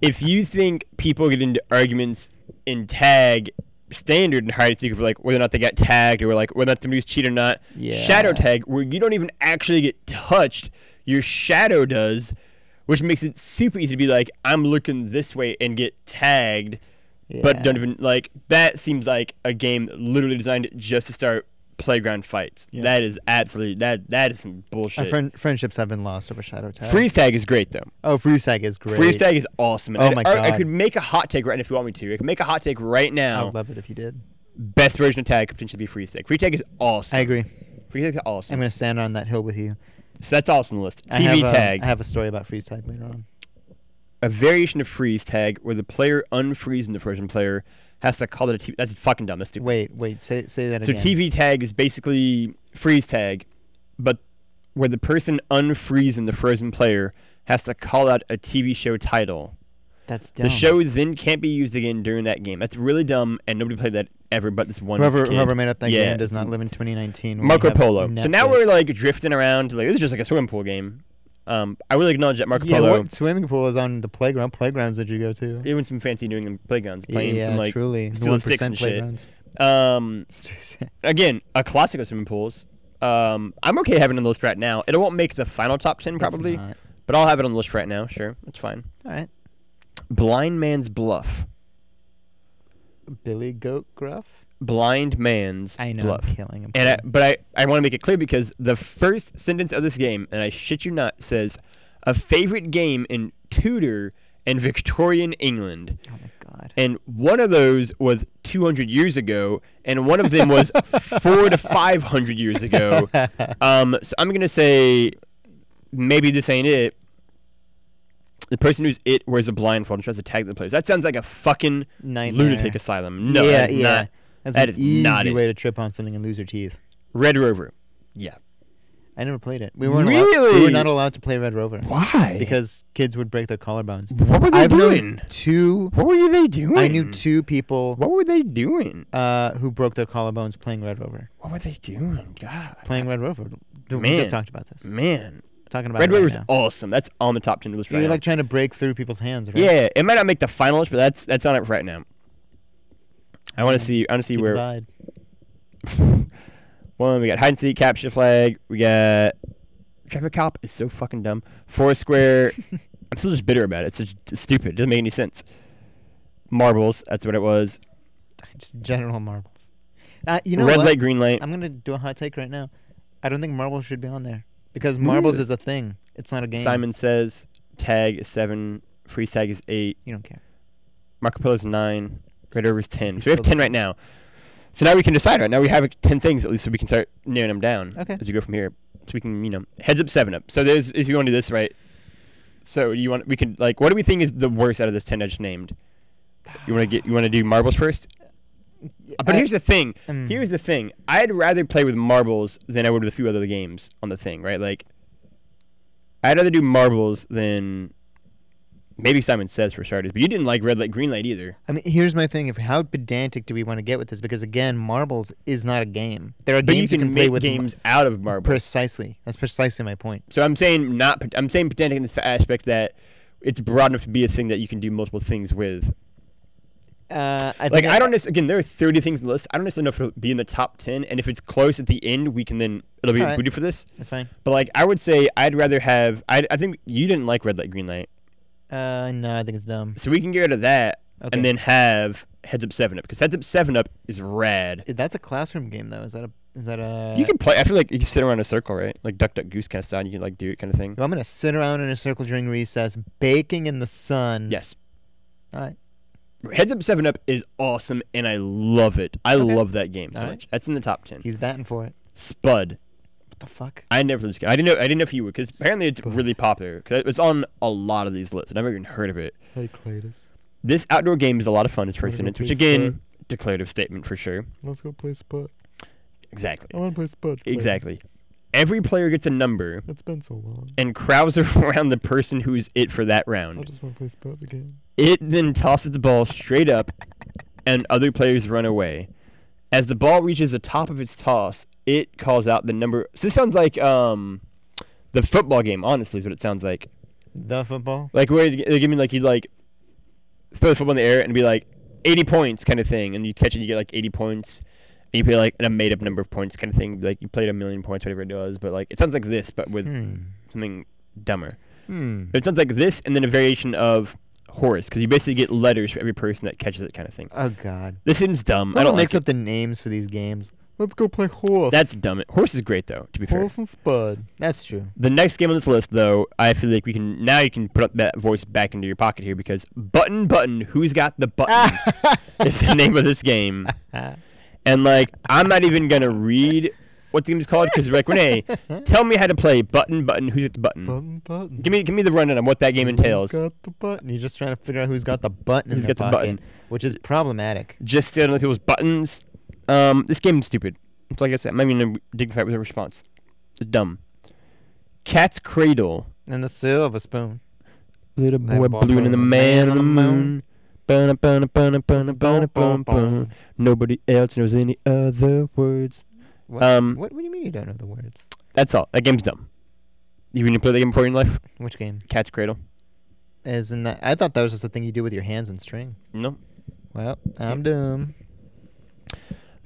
Speaker 2: if you think people get into arguments in Tag standard in hide and seek of like whether or not they got tagged or like whether or not somebody was cheated or not.
Speaker 1: Yeah.
Speaker 2: Shadow tag where you don't even actually get touched, your shadow does, which makes it super easy to be like, I'm looking this way and get tagged, but
Speaker 1: Yeah.
Speaker 2: don't even like that seems like a game literally designed just to start playground fights.
Speaker 1: Yeah.
Speaker 2: That is absolutely that that is some
Speaker 1: Uh,
Speaker 2: bullshit.
Speaker 1: friend, friendships have been lost over Shadow Tag.
Speaker 2: Freeze tag is great though.
Speaker 1: oh, Freeze Tag is great.
Speaker 2: Freeze tag is awesome. And
Speaker 1: Oh
Speaker 2: I-
Speaker 1: my
Speaker 2: I, I
Speaker 1: God.
Speaker 2: could make a hot take right if you want me to. I could make a hot take right
Speaker 1: I
Speaker 2: now.
Speaker 1: would love it if you did.
Speaker 2: Best version of tag could potentially be freeze tag. Free tag is awesome.
Speaker 1: I agree.
Speaker 2: Free tag is
Speaker 1: I'm
Speaker 2: awesome.
Speaker 1: going to stand on that hill with you.
Speaker 2: so that's also on the list.
Speaker 1: I have
Speaker 2: TV
Speaker 1: a-
Speaker 2: tag,
Speaker 1: I have a story about Freeze Tag later on.
Speaker 2: a variation of freeze tag where the player unfreezing the frozen player has to call it a TV. That's fucking dumb. That's stupid.
Speaker 1: Wait, wait. Say say that
Speaker 2: so
Speaker 1: again.
Speaker 2: TV tag is basically freeze tag, but where the person unfreezing the frozen player has to call out a TV show title.
Speaker 1: That's
Speaker 2: The
Speaker 1: dumb.
Speaker 2: show then can't be used again during that game. That's really dumb, and nobody played that ever but this one.
Speaker 1: Whoever
Speaker 2: kid.
Speaker 1: whoever made up that
Speaker 2: Yeah,
Speaker 1: game does
Speaker 2: it's-
Speaker 1: not live in 2019. when we
Speaker 2: Oh, Marco
Speaker 1: have
Speaker 2: Polo. So now we're
Speaker 1: Netflix.
Speaker 2: like drifting around. Like this is just like a swimming pool game. Um, I really acknowledge that Marco
Speaker 1: yeah,
Speaker 2: Polo.
Speaker 1: what swimming pool is on the playground? Playgrounds did you go to?
Speaker 2: Even some fancy New England playgrounds playing
Speaker 1: yeah,
Speaker 2: some like
Speaker 1: truly.
Speaker 2: still
Speaker 1: One
Speaker 2: sticks and
Speaker 1: percent
Speaker 2: shit.
Speaker 1: playgrounds.
Speaker 2: um again a classic of swimming pools. Um, I'm okay having it on the list right now. It won't make the final top ten probably,
Speaker 1: not.
Speaker 2: but I'll have it on the list right now. Sure, that's fine.
Speaker 1: All right,
Speaker 2: Blind man's bluff.
Speaker 1: Billy Goat Gruff.
Speaker 2: Blind man's
Speaker 1: I know,
Speaker 2: bluff.
Speaker 1: I'm killing him.
Speaker 2: And I, but I, I want to make it clear because the first sentence of this game, and I shit you not, says a favorite game in Tudor and Victorian England.
Speaker 1: oh my god.
Speaker 2: And one of those was 200 years ago, and one of them was four to 500 years ago. Um, so I'm going to say maybe this ain't it. The person who's it wears a blindfold and tries to tag the players. That sounds like a fucking
Speaker 1: Nightmare.
Speaker 2: lunatic asylum. No,
Speaker 1: yeah,
Speaker 2: that's
Speaker 1: yeah.
Speaker 2: not.
Speaker 1: That's
Speaker 2: that
Speaker 1: an
Speaker 2: is
Speaker 1: easy
Speaker 2: not it.
Speaker 1: way to trip on something and lose your teeth.
Speaker 2: Red Rover. Yeah.
Speaker 1: I never played it. We weren't allowed, we were
Speaker 2: Really?
Speaker 1: not allowed to play Red Rover
Speaker 2: Why?
Speaker 1: because kids would break their collarbones.
Speaker 2: What were they
Speaker 1: I've
Speaker 2: doing?
Speaker 1: known two.
Speaker 2: What were they doing?
Speaker 1: I knew two people
Speaker 2: What were they doing?
Speaker 1: uh, who broke their collarbones playing Red Rover.
Speaker 2: What were they doing? God,
Speaker 1: Playing Red Rover. We
Speaker 2: Man.
Speaker 1: just talked about this.
Speaker 2: man,
Speaker 1: Talking about
Speaker 2: Red
Speaker 1: it right
Speaker 2: Rover's
Speaker 1: now.
Speaker 2: awesome. That's on the top ten list right
Speaker 1: You're
Speaker 2: now.
Speaker 1: like trying to break through people's hands, right?
Speaker 2: yeah, it might not make the final list, but that's that's on it for right now. I want to see. I want to see
Speaker 1: People
Speaker 2: where.
Speaker 1: died.
Speaker 2: One, we got hide and seek, capture the flag. We got traffic cop is so fucking dumb. Foursquare. I'm still just bitter about it. It's just stupid. It doesn't make any sense. Marbles. That's what it was.
Speaker 1: Just general marbles. Uh, you know
Speaker 2: Red
Speaker 1: what?
Speaker 2: light, green light.
Speaker 1: I'm gonna do a hot take right now. I don't think marbles should be on there because marbles
Speaker 2: Really?
Speaker 1: is a thing. It's not a game.
Speaker 2: Simon says tag is seven. Freeze tag is eight.
Speaker 1: you don't care.
Speaker 2: Marco Polo's nine. Red Rover's ten.
Speaker 1: he's
Speaker 2: So we have
Speaker 1: still
Speaker 2: ten right now. So now we can decide right now. We have ten things at least, so we can start narrowing them down.
Speaker 1: Okay.
Speaker 2: As we go from here, so we can you know heads up, seven up. So there's if you want to do this right. So you want we can like what do we think is the worst out of this ten I just named? You want to get you want to do marbles first. Uh, But
Speaker 1: I-
Speaker 2: here's the thing.
Speaker 1: Mm.
Speaker 2: Here's the thing. I'd rather play with marbles than I would with a few other games on the thing, right? Like, I'd rather do marbles than maybe Simon Says for starters. But you didn't like red light, green light either.
Speaker 1: I mean, here's my thing. If how pedantic do we want to get with this? Because again, marbles is not a game. There are
Speaker 2: But
Speaker 1: games
Speaker 2: you can,
Speaker 1: play
Speaker 2: make
Speaker 1: with mar-
Speaker 2: games out of marbles.
Speaker 1: precisely. That's precisely my point.
Speaker 2: so I'm saying not. ped- I'm saying pedantic in this aspect that it's broad enough to be a thing that you can do multiple things with.
Speaker 1: Uh, I
Speaker 2: Like
Speaker 1: think
Speaker 2: I don't. nec- Again, there are 30 things on the list. I don't necessarily know if it'll be in the top 10. And if it's close at the end, we can then it'll be
Speaker 1: All right.
Speaker 2: included for this.
Speaker 1: That's fine.
Speaker 2: But like I would say, I'd rather have. I I think you didn't like red light, green light.
Speaker 1: Uh, no, I think it's dumb.
Speaker 2: So we can get rid of that
Speaker 1: Okay.
Speaker 2: and then have Heads Up 7 Up because Heads Up 7 Up is rad.
Speaker 1: That's a classroom game though. Is that a? Is that a?
Speaker 2: you can play, I feel like you can sit around a circle, right? Like Duck Duck Goose kind of style, and you can like do it kind of thing.
Speaker 1: Well, I'm gonna sit around in a circle during recess, baking in the sun.
Speaker 2: Yes.
Speaker 1: All right.
Speaker 2: Heads Up 7 Up is awesome and I love it. I
Speaker 1: Okay.
Speaker 2: love that game so
Speaker 1: Alright.
Speaker 2: much. That's in the top 10.
Speaker 1: He's batting for it.
Speaker 2: Spud.
Speaker 1: What the fuck?
Speaker 2: I never played this game. I didn't know, I didn't know if you would because apparently it's really popular because it's on a lot of these lists. I never even heard of it.
Speaker 1: Hey, Cletus.
Speaker 2: This outdoor game is a lot of fun, it's
Speaker 1: Wanna
Speaker 2: first
Speaker 1: go
Speaker 2: sentence,
Speaker 1: play
Speaker 2: which again, declarative statement for sure.
Speaker 1: Let's go play Spud.
Speaker 2: Exactly.
Speaker 1: want to play Spud.
Speaker 2: Exactly. Every player gets a number.
Speaker 1: It's been so long.
Speaker 2: and crowds around the person who's it for that round.
Speaker 1: just want to play Spud again.
Speaker 2: It then tosses the ball straight up, and other players run away. As the ball reaches the top of its toss, it calls out the number. So this sounds like um, the football game. Honestly, is what it sounds like.
Speaker 1: The football.
Speaker 2: Like where they give me like you like throw the football in the air and be like 80 points kind of thing, and you catch it, you get like 80 points. And you play like a made up number of points kind of thing. Like you played a million points, whatever it does. But like it sounds like this, but with
Speaker 1: Hmm.
Speaker 2: something dumber.
Speaker 1: Hmm.
Speaker 2: It sounds like this, and then a variation of Horus, because you basically get letters for every person that catches it, kind of thing.
Speaker 1: Oh God.
Speaker 2: This seems dumb. I
Speaker 1: Whoever
Speaker 2: don't like
Speaker 1: makes
Speaker 2: it.
Speaker 1: up the names for these games. Let's go play horse.
Speaker 2: That's dumb. Horse is great though. To be fair,
Speaker 1: horse and Spud. That's true.
Speaker 2: the next game on this list though, I feel like we can now you can put up that voice back into your pocket here because button button, who's got the
Speaker 1: Ah.
Speaker 2: button? is the name of this game, and like I'm not even gonna read what the game is called because like Renee, tell me how to play button button, who's got the button?
Speaker 1: button button.
Speaker 2: Give me give me the rundown on what that game entails.
Speaker 1: Who's got the button? You're just trying to figure out who's got the button in
Speaker 2: Who's
Speaker 1: their
Speaker 2: got the
Speaker 1: pocket,
Speaker 2: button?
Speaker 1: which is problematic.
Speaker 2: just stealing other people's buttons. Um, this game's stupid. It's like I said, I'm not even gonna dignify it with a response. It's dumb. Cat's Cradle.
Speaker 1: And the silver spoon.
Speaker 2: Little
Speaker 1: That
Speaker 2: boy
Speaker 1: boy
Speaker 2: blue and the man on the moon. Bunna, bunna, bunna, bunna, bunna,
Speaker 1: Bum, bum,
Speaker 2: bum,
Speaker 1: bum.
Speaker 2: bum. Nobody else knows any other words.
Speaker 1: What,
Speaker 2: Um,
Speaker 1: what? What do you mean you don't know the words?
Speaker 2: That's all. That game's dumb. You even played that game before in your life?
Speaker 1: Which game?
Speaker 2: Cat's Cradle.
Speaker 1: As in that? I thought that was just a thing you do with your hands and string.
Speaker 2: No.
Speaker 1: Well, I'm dumb.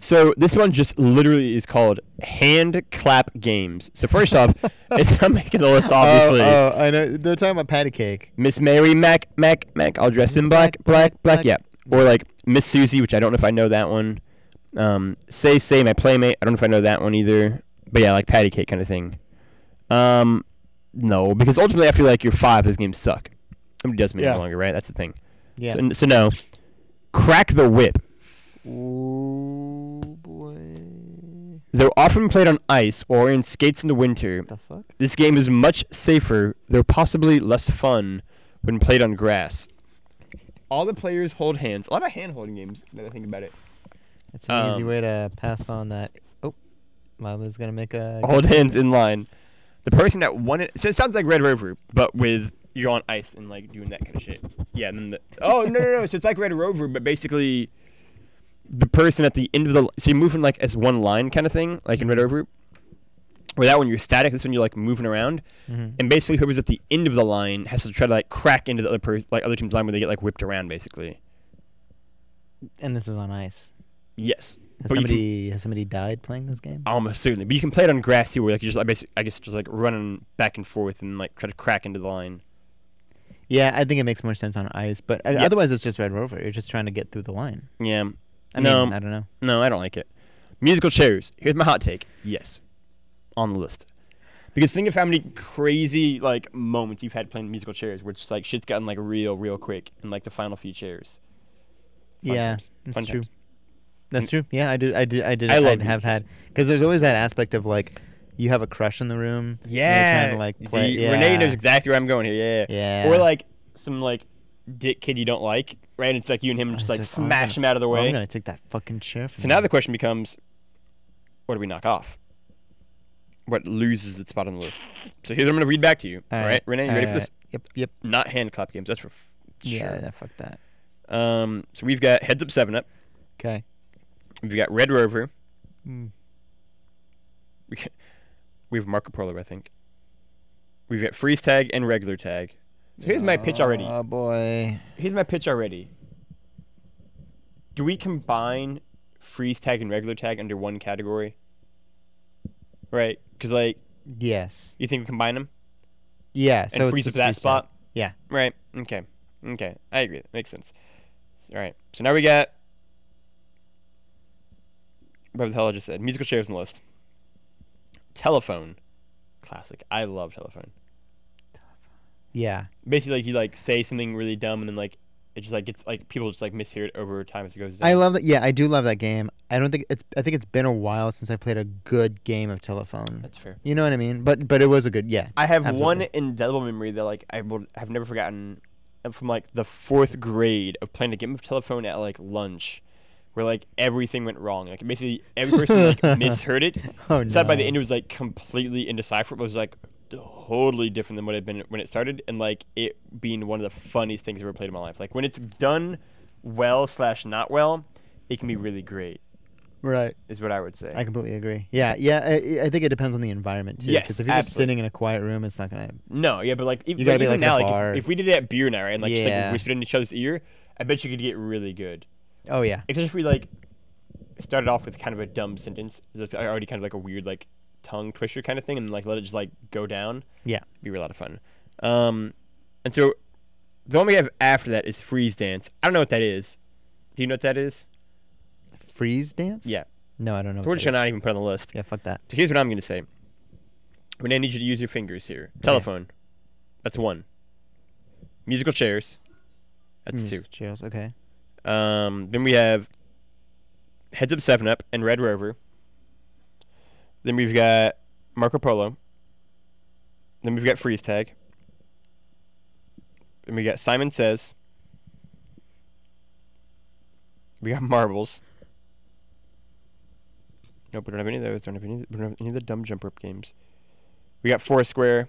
Speaker 2: So this one just literally is called Hand Clap Games. So first off, it's not making the list, obviously.
Speaker 1: Oh, oh, I know. They're talking about patty cake.
Speaker 2: Miss Mary Mac Mac Mac, all dressed in black, black, black, yeah. Or like Miss Susie, which I don't know if I know that one. Um, say say my playmate, I don't know if I know that one either. But yeah, like patty cake kind of thing. Um, no, because ultimately I feel like you're five. Those games suck. Somebody does me
Speaker 1: Yeah.
Speaker 2: no longer, right? That's the thing.
Speaker 1: Yeah.
Speaker 2: So, so no, crack the whip.
Speaker 1: Ooh boy.
Speaker 2: They're often played on ice or in skates in the winter.
Speaker 1: The fuck?
Speaker 2: This game is much safer, though possibly less fun when played on grass. All the players hold hands. A lot of hand holding games now that I think about it.
Speaker 1: It's an easy
Speaker 2: Um,
Speaker 1: way to pass on that. Oh, Lila's gonna make a.
Speaker 2: Hold hands in line. The person that won it, so it sounds like Red Rover, but with you're on ice and like doing that kind of shit. Yeah, and then the oh no no no, so it's like Red Rover, but basically the person at the end of the li- so you're moving like as one line kind of thing, like in Red Rover. Where that one you're static, this one you're like moving around.
Speaker 1: Mhm.
Speaker 2: and basically whoever's at the end of the line has to try to like crack into the other person, like other team's line where they get like whipped around basically.
Speaker 1: And this is on ice.
Speaker 2: Yes,
Speaker 1: Has
Speaker 2: But Oh, you can- Um,
Speaker 1: somebody has somebody died playing this game?
Speaker 2: almost certainly. But you can play it on grassy where like you just like basically, I guess just like running back and forth and like try to crack into the line.
Speaker 1: Yeah, I think it makes more sense on ice, but uh
Speaker 2: Yeah.
Speaker 1: otherwise it's just Red Rover. You're just trying to get through the line.
Speaker 2: Yeah,
Speaker 1: I
Speaker 2: No.
Speaker 1: mean, I don't know.
Speaker 2: no, I don't like it. Musical chairs. Here's my hot take. Yes, on the list. Because think of how many crazy like moments you've had playing musical chairs, where it's just like shit's gotten like real, real quick in like the final few chairs. Fun
Speaker 1: yeah,
Speaker 2: times.
Speaker 1: that's
Speaker 2: Fun
Speaker 1: true.
Speaker 2: times.
Speaker 1: That's true. Yeah, I do. I do. I did.
Speaker 2: I
Speaker 1: I,
Speaker 2: love
Speaker 1: have had because there's always that aspect of like you have a crush in the room. and you're trying to like
Speaker 2: You
Speaker 1: play.
Speaker 2: see,
Speaker 1: yeah.
Speaker 2: Renee knows exactly where I'm going here. Yeah.
Speaker 1: Yeah.
Speaker 2: Or like some like dick kid you don't like, right? It's like you and him just
Speaker 1: It's
Speaker 2: like
Speaker 1: just, oh, I'm
Speaker 2: smash him
Speaker 1: gonna-
Speaker 2: out of the
Speaker 1: oh,
Speaker 2: way.
Speaker 1: I'm gonna take that fucking chair. From
Speaker 2: So now
Speaker 1: you.
Speaker 2: the question becomes, what do we knock off? What loses its spot on the list? So here's what I'm gonna read back to you. All right, Renee, you ready for this?
Speaker 1: Alright. Yep. Yep.
Speaker 2: Not hand clap games. That's for f-
Speaker 1: Yeah.
Speaker 2: sure.
Speaker 1: yeah, Fuck that.
Speaker 2: Um. So we've got heads up seven up.
Speaker 1: Okay.
Speaker 2: We've got Red Rover.
Speaker 1: Mm.
Speaker 2: We got- we have Marco Polo, I think. We've got freeze tag and regular tag. So here's my pitch already.
Speaker 1: Oh boy.
Speaker 2: here's my pitch already. Do we combine freeze tag and regular tag under one category? Right, because like
Speaker 1: Yes.
Speaker 2: you think we combine them
Speaker 1: Yeah.
Speaker 2: and
Speaker 1: So it's
Speaker 2: freeze up
Speaker 1: just
Speaker 2: that
Speaker 1: freestyle.
Speaker 2: spot.
Speaker 1: Yeah.
Speaker 2: Right. Okay. Okay. I agree. That makes sense. All right. So now we got. What the hell I just said? Musical chairs on the list. Telephone, classic. I love telephone.
Speaker 1: Yeah.
Speaker 2: Basically, like you like say something really dumb and then like it just like gets like people just like mishear it over time as it goes.
Speaker 1: I
Speaker 2: down.
Speaker 1: love that. Yeah, I do love that game. I don't think it's. I think it's been a while since I played a good game of telephone.
Speaker 2: That's fair.
Speaker 1: You know what I mean? But but it was a good. Yeah.
Speaker 2: I have one
Speaker 1: Absolutely.
Speaker 2: indelible memory that like I will have never forgotten uh, from like the fourth grade of playing a game of telephone at like lunch, where like everything went wrong. Like basically every person like misheard it.
Speaker 1: Oh
Speaker 2: So that by the
Speaker 1: no.
Speaker 2: end it was like completely indecipherable. It was like totally different than what it had been when it started, and like it being one of the funniest things I've ever played in my life. Like when it's done well slash not well, it can be really great.
Speaker 1: Right.
Speaker 2: Is what I would say.
Speaker 1: I completely agree. Yeah. Yeah. I, I think it depends on the environment too.
Speaker 2: Yes,
Speaker 1: Because if you're just
Speaker 2: absolutely.
Speaker 1: sitting in a quiet room, it's not gonna.
Speaker 2: No, yeah, but like, if,
Speaker 1: You gotta
Speaker 2: like,
Speaker 1: be,
Speaker 2: even
Speaker 1: like, at a
Speaker 2: now, like
Speaker 1: bar.
Speaker 2: if, if we did it at beer night, right, and like just like
Speaker 1: Yeah.
Speaker 2: whispered in each other's ear, I bet you could get really good.
Speaker 1: Oh yeah.
Speaker 2: Especially if we like started off with kind of a dumb sentence, that's already kind of like a weird like tongue twister kind of thing, and like let it just like go down.
Speaker 1: Yeah.
Speaker 2: Be a lot of fun. Um, and so the one we have after that is freeze dance. I don't know what that is. Do you know what that is?
Speaker 1: Freeze dance?
Speaker 2: Yeah.
Speaker 1: No, I don't know.
Speaker 2: So we're
Speaker 1: what
Speaker 2: just
Speaker 1: that
Speaker 2: gonna
Speaker 1: is.
Speaker 2: not even put it on the list.
Speaker 1: Yeah, fuck that.
Speaker 2: So here's what I'm gonna say. We're gonna need you to use your fingers here. Telephone. That's one. Musical chairs. That's
Speaker 1: Musical Chairs. Okay.
Speaker 2: two. Um, then we have Heads Up Seven Up and Red Rover. Then we've got Marco Polo. Then we've got Freeze Tag. Then we got Simon Says. We got Marbles. Nope, we don't have any of those. Don't have any, we don't have any of the dumb jump rope games. We got Foursquare.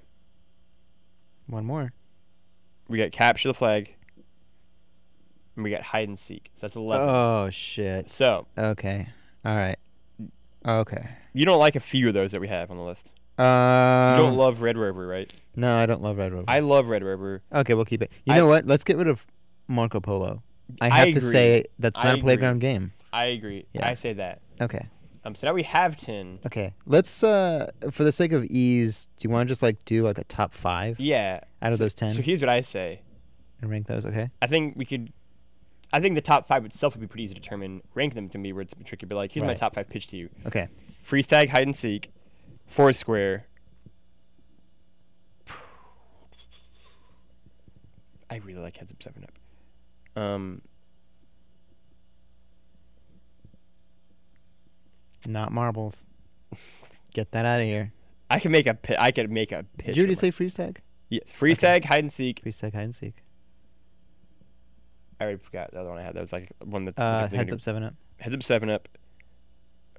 Speaker 1: One more.
Speaker 2: We got Capture the Flag. And we got Hide and Seek. So that's 11.
Speaker 1: Oh shit.
Speaker 2: so,
Speaker 1: Okay. All right. Okay.
Speaker 2: you don't like a few of those that we have on the list. You
Speaker 1: Um,
Speaker 2: don't love Red Rover, right?
Speaker 1: no, I don't love Red Rover.
Speaker 2: I love Red Rover.
Speaker 1: okay, we'll keep it. You
Speaker 2: I-
Speaker 1: know what? Let's get rid of Marco Polo. I
Speaker 2: I
Speaker 1: have to
Speaker 2: agree.
Speaker 1: say that's
Speaker 2: I
Speaker 1: not a
Speaker 2: agree.
Speaker 1: playground game.
Speaker 2: I agree.
Speaker 1: Yeah.
Speaker 2: I say that.
Speaker 1: Okay.
Speaker 2: Um, so now we have 10.
Speaker 1: Okay. Let's uh for the sake of ease, do you want to just like do like a top 5
Speaker 2: Yeah.
Speaker 1: out of
Speaker 2: So-
Speaker 1: those 10
Speaker 2: So here's what I say.
Speaker 1: and rank those, okay?
Speaker 2: I think we could. I think the top five itself would be pretty easy to determine. Rank them to me where it's a bit tricky, but like here's my
Speaker 1: Right.
Speaker 2: top five pitch to you:
Speaker 1: Okay.
Speaker 2: freeze tag, hide and seek, foursquare. I really like heads up seven up. Um,
Speaker 1: Not marbles. Get that out of here.
Speaker 2: I could make a pi- I could make a
Speaker 1: Did
Speaker 2: pitch.
Speaker 1: you
Speaker 2: for
Speaker 1: already
Speaker 2: my-
Speaker 1: say freeze tag?
Speaker 2: yes? Freeze
Speaker 1: okay.
Speaker 2: tag, hide and seek.
Speaker 1: Freeze tag hide and seek.
Speaker 2: I already forgot the other one I had. That was like one that's
Speaker 1: Uh,
Speaker 2: definitely
Speaker 1: heads
Speaker 2: gonna-
Speaker 1: up, seven up.
Speaker 2: heads up seven up.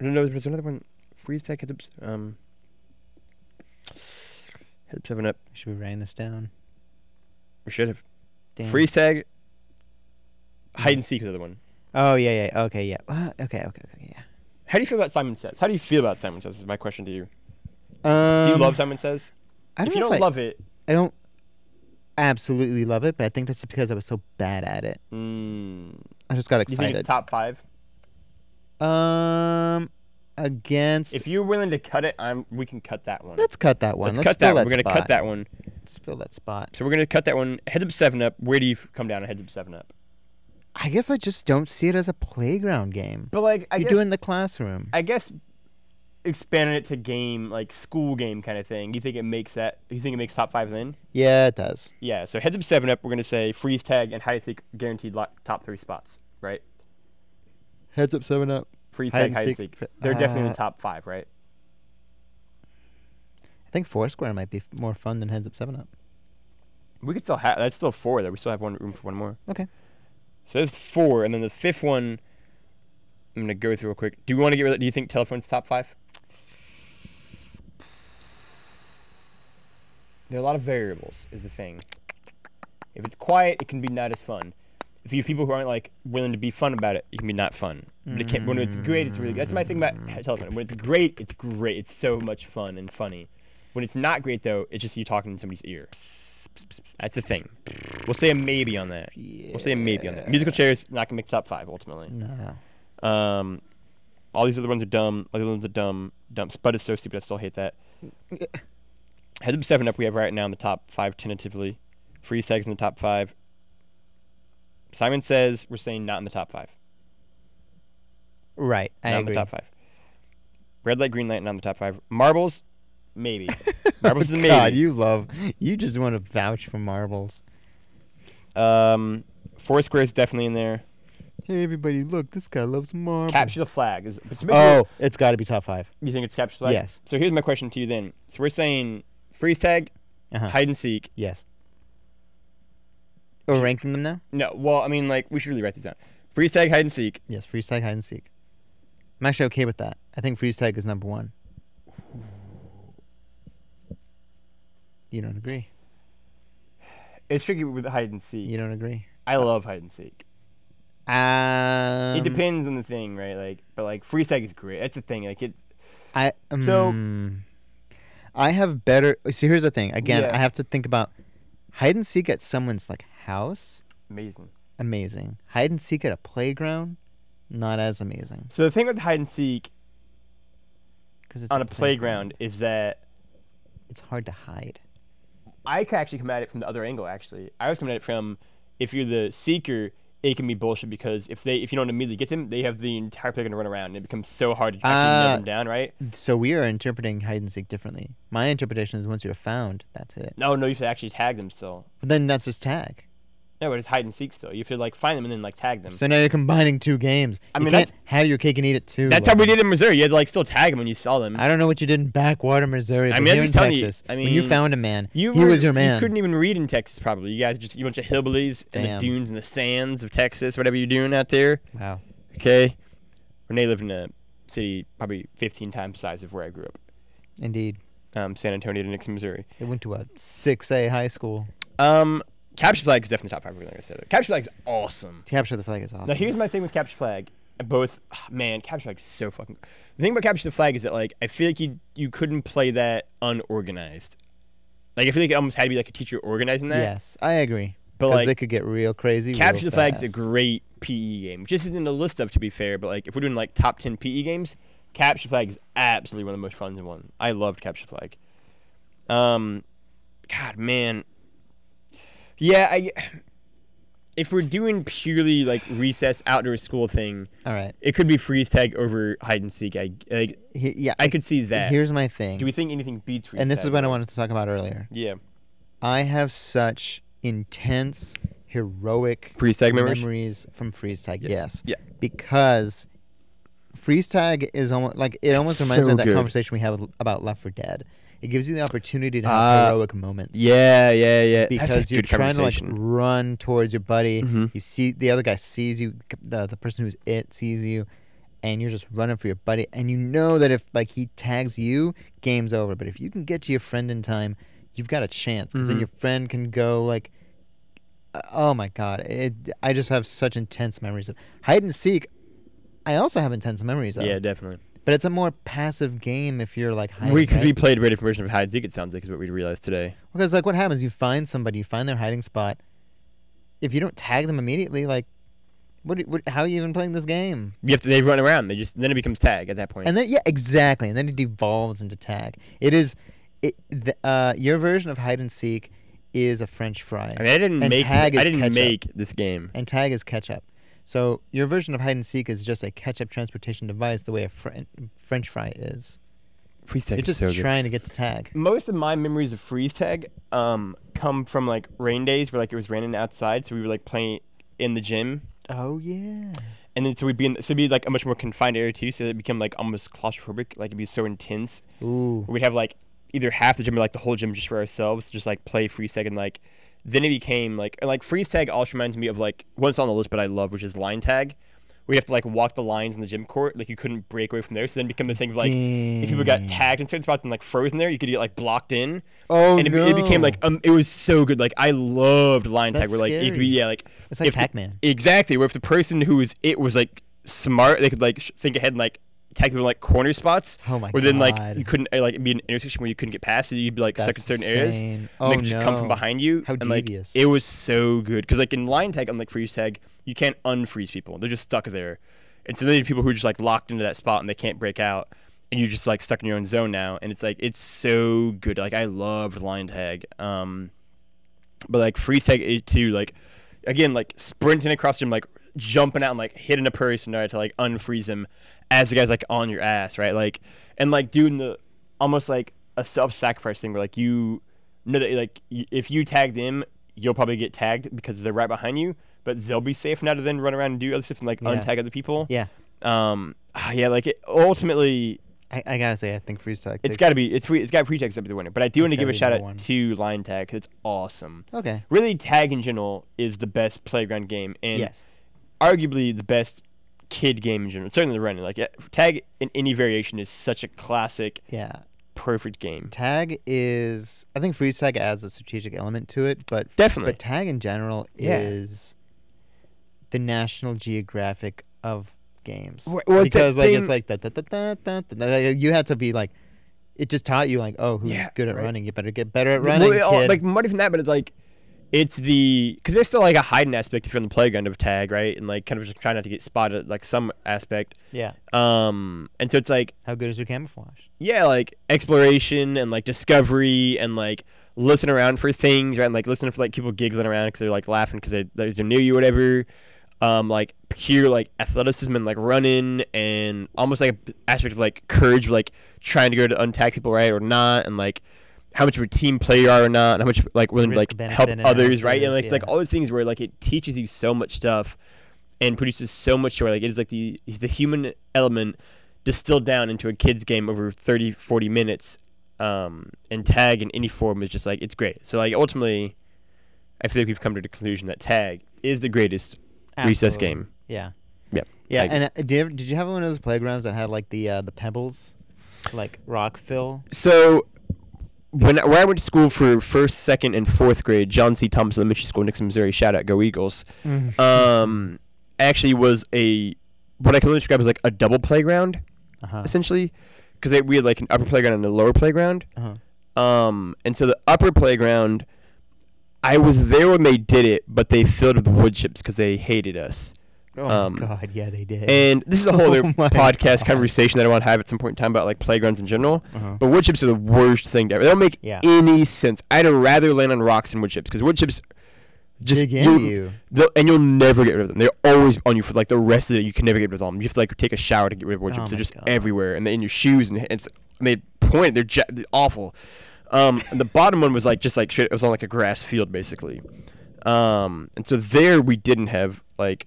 Speaker 2: I don't know. There's another one. Freeze tag, heads up. s- Um, heads up seven up.
Speaker 1: Should we writing this down?
Speaker 2: We should have.
Speaker 1: Damn. Mm.
Speaker 2: Freeze tag.
Speaker 1: Yeah.
Speaker 2: Hide and seek was the other one.
Speaker 1: Oh yeah, yeah. Okay, yeah. Uh, okay, okay, okay, yeah.
Speaker 2: How do you feel about Simon Says? How do you feel about Simon Says? Is my question to you. Do
Speaker 1: Um,
Speaker 2: you love Simon Says?
Speaker 1: I don't
Speaker 2: if you
Speaker 1: know
Speaker 2: don't
Speaker 1: if I,
Speaker 2: love it,
Speaker 1: I don't absolutely love it, but I think that's just because I was so bad at it.
Speaker 2: mm,
Speaker 1: I just got
Speaker 2: you think
Speaker 1: excited.
Speaker 2: it's top five?
Speaker 1: um, against.
Speaker 2: If you're willing to cut it, I'm. We can cut that one.
Speaker 1: let's cut that one.
Speaker 2: Let's
Speaker 1: Let's,
Speaker 2: cut
Speaker 1: fill
Speaker 2: that one.
Speaker 1: That
Speaker 2: We're gonna
Speaker 1: spot.
Speaker 2: cut that one.
Speaker 1: Let's fill that spot.
Speaker 2: So we're gonna cut that one. Heads up seven up. Where do you f- come down on heads up seven up?
Speaker 1: I guess I just don't see it as a playground game.
Speaker 2: But like, I
Speaker 1: you
Speaker 2: guess,
Speaker 1: do it in the classroom.
Speaker 2: I guess expanding it to game like school game kind of thing. You think it makes that? You think it makes top five then?
Speaker 1: yeah, it does.
Speaker 2: Yeah. So heads up seven up. We're gonna say freeze tag and hide and seek guaranteed lock, top three spots. Right.
Speaker 1: Heads up, seven up.
Speaker 2: Freeze
Speaker 1: Hide
Speaker 2: tag,
Speaker 1: and
Speaker 2: hide and
Speaker 1: seek.
Speaker 2: seek. They're definitely in
Speaker 1: Uh,
Speaker 2: the top five, right?
Speaker 1: I think Foursquare might be f- more fun than Heads Up, Seven Up.
Speaker 2: We could still have that's still four though. We still have one room for one more.
Speaker 1: Okay.
Speaker 2: So there's four, and then the fifth one. I'm gonna go through real quick. Do you want to get? rid of- Do you think telephone's top five? There are a lot of variables. Is the thing. If it's quiet, it can be not as fun. If you have people who aren't like willing to be fun about it, it can be not fun. But it can not when it's great, it's really. That's my thing about telephone. When it's great, it's great. It's so much fun and funny. When it's not great though, it's just you talking in somebody's ear. That's the thing. We'll say a maybe on that. We'll say a maybe on that. Musical chairs not gonna make top five ultimately.
Speaker 1: No.
Speaker 2: Um, all these other ones are dumb. All the other ones are dumb. Dumb. Spud is so stupid. I still hate that. Heads up seven up. We have right now in the top five tentatively. Free segs in the top five. Simon says we're saying not in the top five.
Speaker 1: Right. I
Speaker 2: not in
Speaker 1: agree.
Speaker 2: the top five. Red light, green light, not in the top five. Marbles, maybe. Marbles is a maybe.
Speaker 1: God, you love. You just want to vouch for marbles.
Speaker 2: Um, Foursquare is definitely in there.
Speaker 1: Hey, everybody, look, this guy loves marbles.
Speaker 2: Capture the flag is.
Speaker 1: Oh, it's got to be top five.
Speaker 2: you think it's capture the flag?
Speaker 1: Yes.
Speaker 2: So here's my question to you then. So we're saying freeze tag,
Speaker 1: Uh-huh.
Speaker 2: hide and seek.
Speaker 1: Yes. Or ranking them now?
Speaker 2: No, well, I mean, like we should really write these down. Freeze tag, hide and seek.
Speaker 1: Yes, freeze tag, hide and seek. I'm actually okay with that. I think freeze tag is number one. You don't agree.
Speaker 2: It's tricky with hide and seek.
Speaker 1: You don't agree.
Speaker 2: I love hide and seek.
Speaker 1: Um,
Speaker 2: it depends on the thing, right? Like, but like freeze tag is great. That's the thing. Like it.
Speaker 1: I
Speaker 2: So-
Speaker 1: mm, I have better. So here's the thing. Again,
Speaker 2: Yeah.
Speaker 1: I have to think about hide and seek at someone's like house.
Speaker 2: Amazing.
Speaker 1: amazing. Hide and seek at a playground, not as amazing.
Speaker 2: So the thing with hide and seek
Speaker 1: Because
Speaker 2: on a playground is that
Speaker 1: it's hard to hide.
Speaker 2: I could actually come at it from the other angle. Actually, I was coming at it from if you're the seeker, it can be bullshit because if they if you don't immediately get them, they have the entire playground to run around, and it becomes so hard to actually
Speaker 1: Ah.
Speaker 2: nail them down, right?
Speaker 1: So we are interpreting hide and seek differently. My interpretation is once you're found, that's it.
Speaker 2: Oh, No, no, you should actually tag them still.
Speaker 1: But then that's just tag.
Speaker 2: No, but it's hide and seek still. You should like find them and then like tag them.
Speaker 1: So now you're combining two games. I
Speaker 2: I mean,
Speaker 1: mean, you can't have your cake and eat it too.
Speaker 2: That's how we
Speaker 1: Logan.
Speaker 2: did in Missouri. You had to like still tag them when you saw them.
Speaker 1: I don't know what you did in backwater Missouri, but
Speaker 2: mean, I'm
Speaker 1: here in
Speaker 2: just telling you,
Speaker 1: Texas,
Speaker 2: I
Speaker 1: when you
Speaker 2: mean,
Speaker 1: found a man,
Speaker 2: You
Speaker 1: he
Speaker 2: were-
Speaker 1: was your man.
Speaker 2: You couldn't even read in Texas, probably. You guys just you bunch of hillbillies in the
Speaker 1: Damn.
Speaker 2: dunes and the sands of Texas, whatever you're doing out there.
Speaker 1: wow.
Speaker 2: Okay, Renee lived in a city probably 15 times the size of where I grew up,
Speaker 1: Indeed.
Speaker 2: um, San Antonio to Nixon, Missouri.
Speaker 1: They went to a 6A high school.
Speaker 2: Um, capture flag is definitely top five. Like I said, capture flag is awesome.
Speaker 1: Capture the flag is awesome.
Speaker 2: Now here's my thing with capture flag. Both ah, man, capture flag is so fucking. The thing about capture the flag is that like I feel like you you couldn't play that unorganized. Like I feel like it almost had to be like a teacher organizing that.
Speaker 1: yes, I agree.
Speaker 2: But,
Speaker 1: But
Speaker 2: like,
Speaker 1: they could get real crazy.
Speaker 2: Capture
Speaker 1: real
Speaker 2: the Flag's a
Speaker 1: fast.
Speaker 2: great PE game. Just isn't in the list of, to be fair, but like if we're doing like top ten PE games, Capture the Flag is absolutely one of the most fun one. I loved Capture the Flag. Um, God, man, yeah, I. If we're doing purely like recess outdoor school thing,
Speaker 1: All right.
Speaker 2: it could be freeze tag over hide and seek. I like,
Speaker 1: He- yeah.
Speaker 2: I could see that.
Speaker 1: Here's my thing.
Speaker 2: Do we think anything beats freeze?
Speaker 1: and this is
Speaker 2: tag,
Speaker 1: what I
Speaker 2: though?
Speaker 1: wanted to talk about earlier.
Speaker 2: Yeah,
Speaker 1: I have such intense, heroic
Speaker 2: freeze tag memories.
Speaker 1: memories? from freeze tag. Yes.
Speaker 2: Yeah.
Speaker 1: Because freeze tag is almost like it almost reminds
Speaker 2: so
Speaker 1: me of that
Speaker 2: good.
Speaker 1: conversation we had with, about Left for Dead. It gives you the opportunity to have
Speaker 2: Ah,
Speaker 1: heroic moments.
Speaker 2: Yeah, yeah, yeah. That's a
Speaker 1: Because you're
Speaker 2: good
Speaker 1: trying to like
Speaker 2: conversation.
Speaker 1: run towards your buddy.
Speaker 2: Mhm.
Speaker 1: You see the other guy sees you. The the person who's it sees you. And you're just running for your buddy, and you know that if like he tags you, game's over. But if you can get to your friend in time, you've got a chance. Because then
Speaker 2: Mhm.
Speaker 1: your friend can go like uh, oh my god it, i just have such intense memories of hide and seek i also have intense memories of
Speaker 2: Yeah, definitely.
Speaker 1: but it's a more passive game if you're like hiding
Speaker 2: We, cause we
Speaker 1: right?
Speaker 2: played a rated version of hide and seek. It sounds like is what we realized today.
Speaker 1: because like what happens you find somebody you find their hiding spot if you don't tag them immediately like what, do- what how are you even playing this game
Speaker 2: You have to, they run around. They just then it becomes tag at that point.
Speaker 1: and then yeah exactly and then it devolves into tag it is it the, uh your version of hide and seek is a french fry
Speaker 2: I mean, I didn't
Speaker 1: and
Speaker 2: make
Speaker 1: tag
Speaker 2: I
Speaker 1: is
Speaker 2: didn't
Speaker 1: catch up.
Speaker 2: make this game.
Speaker 1: and tag is ketchup. So your version of hide and seek is just a ketchup transportation device, the way a fren French fry is.
Speaker 2: Freeze tag
Speaker 1: You're just trying to get to tag.
Speaker 2: Most of my memories of freeze tag um come from like rain days where like it was raining outside, so we were like playing in the gym,
Speaker 1: Oh yeah.
Speaker 2: and then so we'd be in, so it'd be like a much more confined area too, so it become like almost claustrophobic. Like it'd be so intense.
Speaker 1: Ooh.
Speaker 2: we'd have like either half the gym or like the whole gym just for ourselves, just like play freeze tag and like then it became like and like freeze tag also reminds me of like once on the list but I love which is line tag. We'd have to like walk the lines in the gym court, like you couldn't break away from there. So then it became the thing of like if people got
Speaker 1: Dang.
Speaker 2: tagged in certain spots and like frozen there, you could get like blocked in.
Speaker 1: Oh
Speaker 2: and it, be- it became like um, it was so good. Like I loved line tag.
Speaker 1: That's
Speaker 2: Where like it'd be
Speaker 1: scary.
Speaker 2: yeah like
Speaker 1: it's like
Speaker 2: if the-
Speaker 1: Pac-Man.
Speaker 2: Exactly. Where if the person who was it was like smart, they could like sh- think ahead and like tag people in like corner spots.
Speaker 1: Oh my
Speaker 2: Where then like
Speaker 1: God.
Speaker 2: you couldn't uh, like it'd be an intersection where you couldn't get past, so you'd be like stuck in
Speaker 1: That's
Speaker 2: certain areas.
Speaker 1: insane.
Speaker 2: and they
Speaker 1: Oh,
Speaker 2: could just come from
Speaker 1: no.
Speaker 2: behind you.
Speaker 1: How
Speaker 2: and, like,
Speaker 1: devious.
Speaker 2: it was so good because like in line tag, unlike freeze tag, you can't unfreeze people. They're just stuck there, and so then you have people who are just like locked into that spot and they can't break out. And you're just like stuck in your own zone now, and it's like it's so good. Like I loved line tag. Um, but like freeze tag it too, like again, like sprinting across him, like jumping out and like hitting a person right to like unfreeze him as the guy's like on your ass, right? Like and like doing the almost like a self sacrifice thing where like you know that like y- if you tag them, you'll probably get tagged because they're right behind you, but they'll be safe now to then run around and do other stuff and like
Speaker 1: Yeah.
Speaker 2: untag other people.
Speaker 1: Yeah.
Speaker 2: Um, ah, yeah, like it, ultimately
Speaker 1: I, I gotta say, I think freeze tag.
Speaker 2: it's got to be it's free, it's got free tags up to the winner, but I do
Speaker 1: It's
Speaker 2: want to give
Speaker 1: gotta
Speaker 2: a
Speaker 1: be
Speaker 2: shout out
Speaker 1: number one.
Speaker 2: to Line Tag. 'cause It's awesome
Speaker 1: Okay.
Speaker 2: really tag in general is the best playground game and
Speaker 1: Yes.
Speaker 2: arguably the best kid game in general. Certainly the running like yeah, tag in any variation is such a classic,
Speaker 1: Yeah.
Speaker 2: perfect game.
Speaker 1: Tag is. I think freeze tag adds a strategic element to it, but
Speaker 2: Definitely.
Speaker 1: but tag in general
Speaker 2: Yeah.
Speaker 1: is the National Geographic of games.
Speaker 2: Wh- well, the
Speaker 1: because like
Speaker 2: thing-
Speaker 1: it's like da, da, da, da, da, da, da, like, you had to be like it just taught you like oh who's
Speaker 2: Yeah,
Speaker 1: good at
Speaker 2: right.
Speaker 1: running you better get better at
Speaker 2: Well,
Speaker 1: running
Speaker 2: it all-
Speaker 1: kid.
Speaker 2: like not even that, but it's like it's the because there's still like a hiding aspect if you're on the playground of tag, right? And like kind of just trying not to get spotted, like some aspect.
Speaker 1: Yeah.
Speaker 2: Um, and so it's like
Speaker 1: How good is your camouflage?
Speaker 2: yeah, like exploration and like discovery and like listen around for things, right? And like listening for like people giggling around because they're like laughing because they they're they're near you, whatever. Um, like pure like athleticism and like running and almost like a aspect of like courage, like trying to go to untag people, right, or not, and like how much of a team player you are or not, and how much like willing to
Speaker 1: Risk
Speaker 2: like help
Speaker 1: benefit
Speaker 2: others, right? And
Speaker 1: analysis,
Speaker 2: like, it's like
Speaker 1: yeah.
Speaker 2: all these things where like it teaches you so much stuff and produces so much joy. Like it is like the the human element distilled down into a kids game over 30 40 minutes um, and tag in any form is just like it's great. So like ultimately I feel like we've come to the conclusion that tag is the greatest recess
Speaker 1: Absolutely.
Speaker 2: game.
Speaker 1: Yeah.
Speaker 2: Yep.
Speaker 1: Yeah.
Speaker 2: I agree.
Speaker 1: And uh, did you ever, did you have one of those playgrounds that had like the uh, the pebbles, like rock fill?
Speaker 2: So when where I went to school for first, second, and fourth grade, John C. Thompson Elementary School, Nixon, Missouri. Shout out, go Eagles.
Speaker 1: Mhm.
Speaker 2: Um, actually was a what I can only describe as like a double playground
Speaker 1: Uh huh.
Speaker 2: essentially, because we had like an upper playground and a lower playground.
Speaker 1: Uh-huh.
Speaker 2: Um, and so the upper playground, I was there when they did it, but they filled it with wood chips because they hated us.
Speaker 1: Oh
Speaker 2: Um,
Speaker 1: my god! Yeah, they did.
Speaker 2: And this is a whole other
Speaker 1: Oh my
Speaker 2: podcast
Speaker 1: God.
Speaker 2: conversation that I want to have at some point in time about like playgrounds in general.
Speaker 1: Uh-huh.
Speaker 2: But wood chips are the worst thing to ever. They don't make
Speaker 1: Yeah.
Speaker 2: any sense. I'd rather land on rocks than wood chips because wood chips just
Speaker 1: Dig into
Speaker 2: you'll-
Speaker 1: you.
Speaker 2: they'll- and you'll never get rid of them. They're always on you for like the rest of the day. You can never get rid of them. You have to like take a shower to get rid of wood
Speaker 1: Oh
Speaker 2: chips.
Speaker 1: my
Speaker 2: They're just
Speaker 1: God.
Speaker 2: everywhere and they're in your shoes and it's and they point. They're, ja they're awful. Um, and the bottom one was like just like straight. It was on like a grass field basically. Um, and so there we didn't have like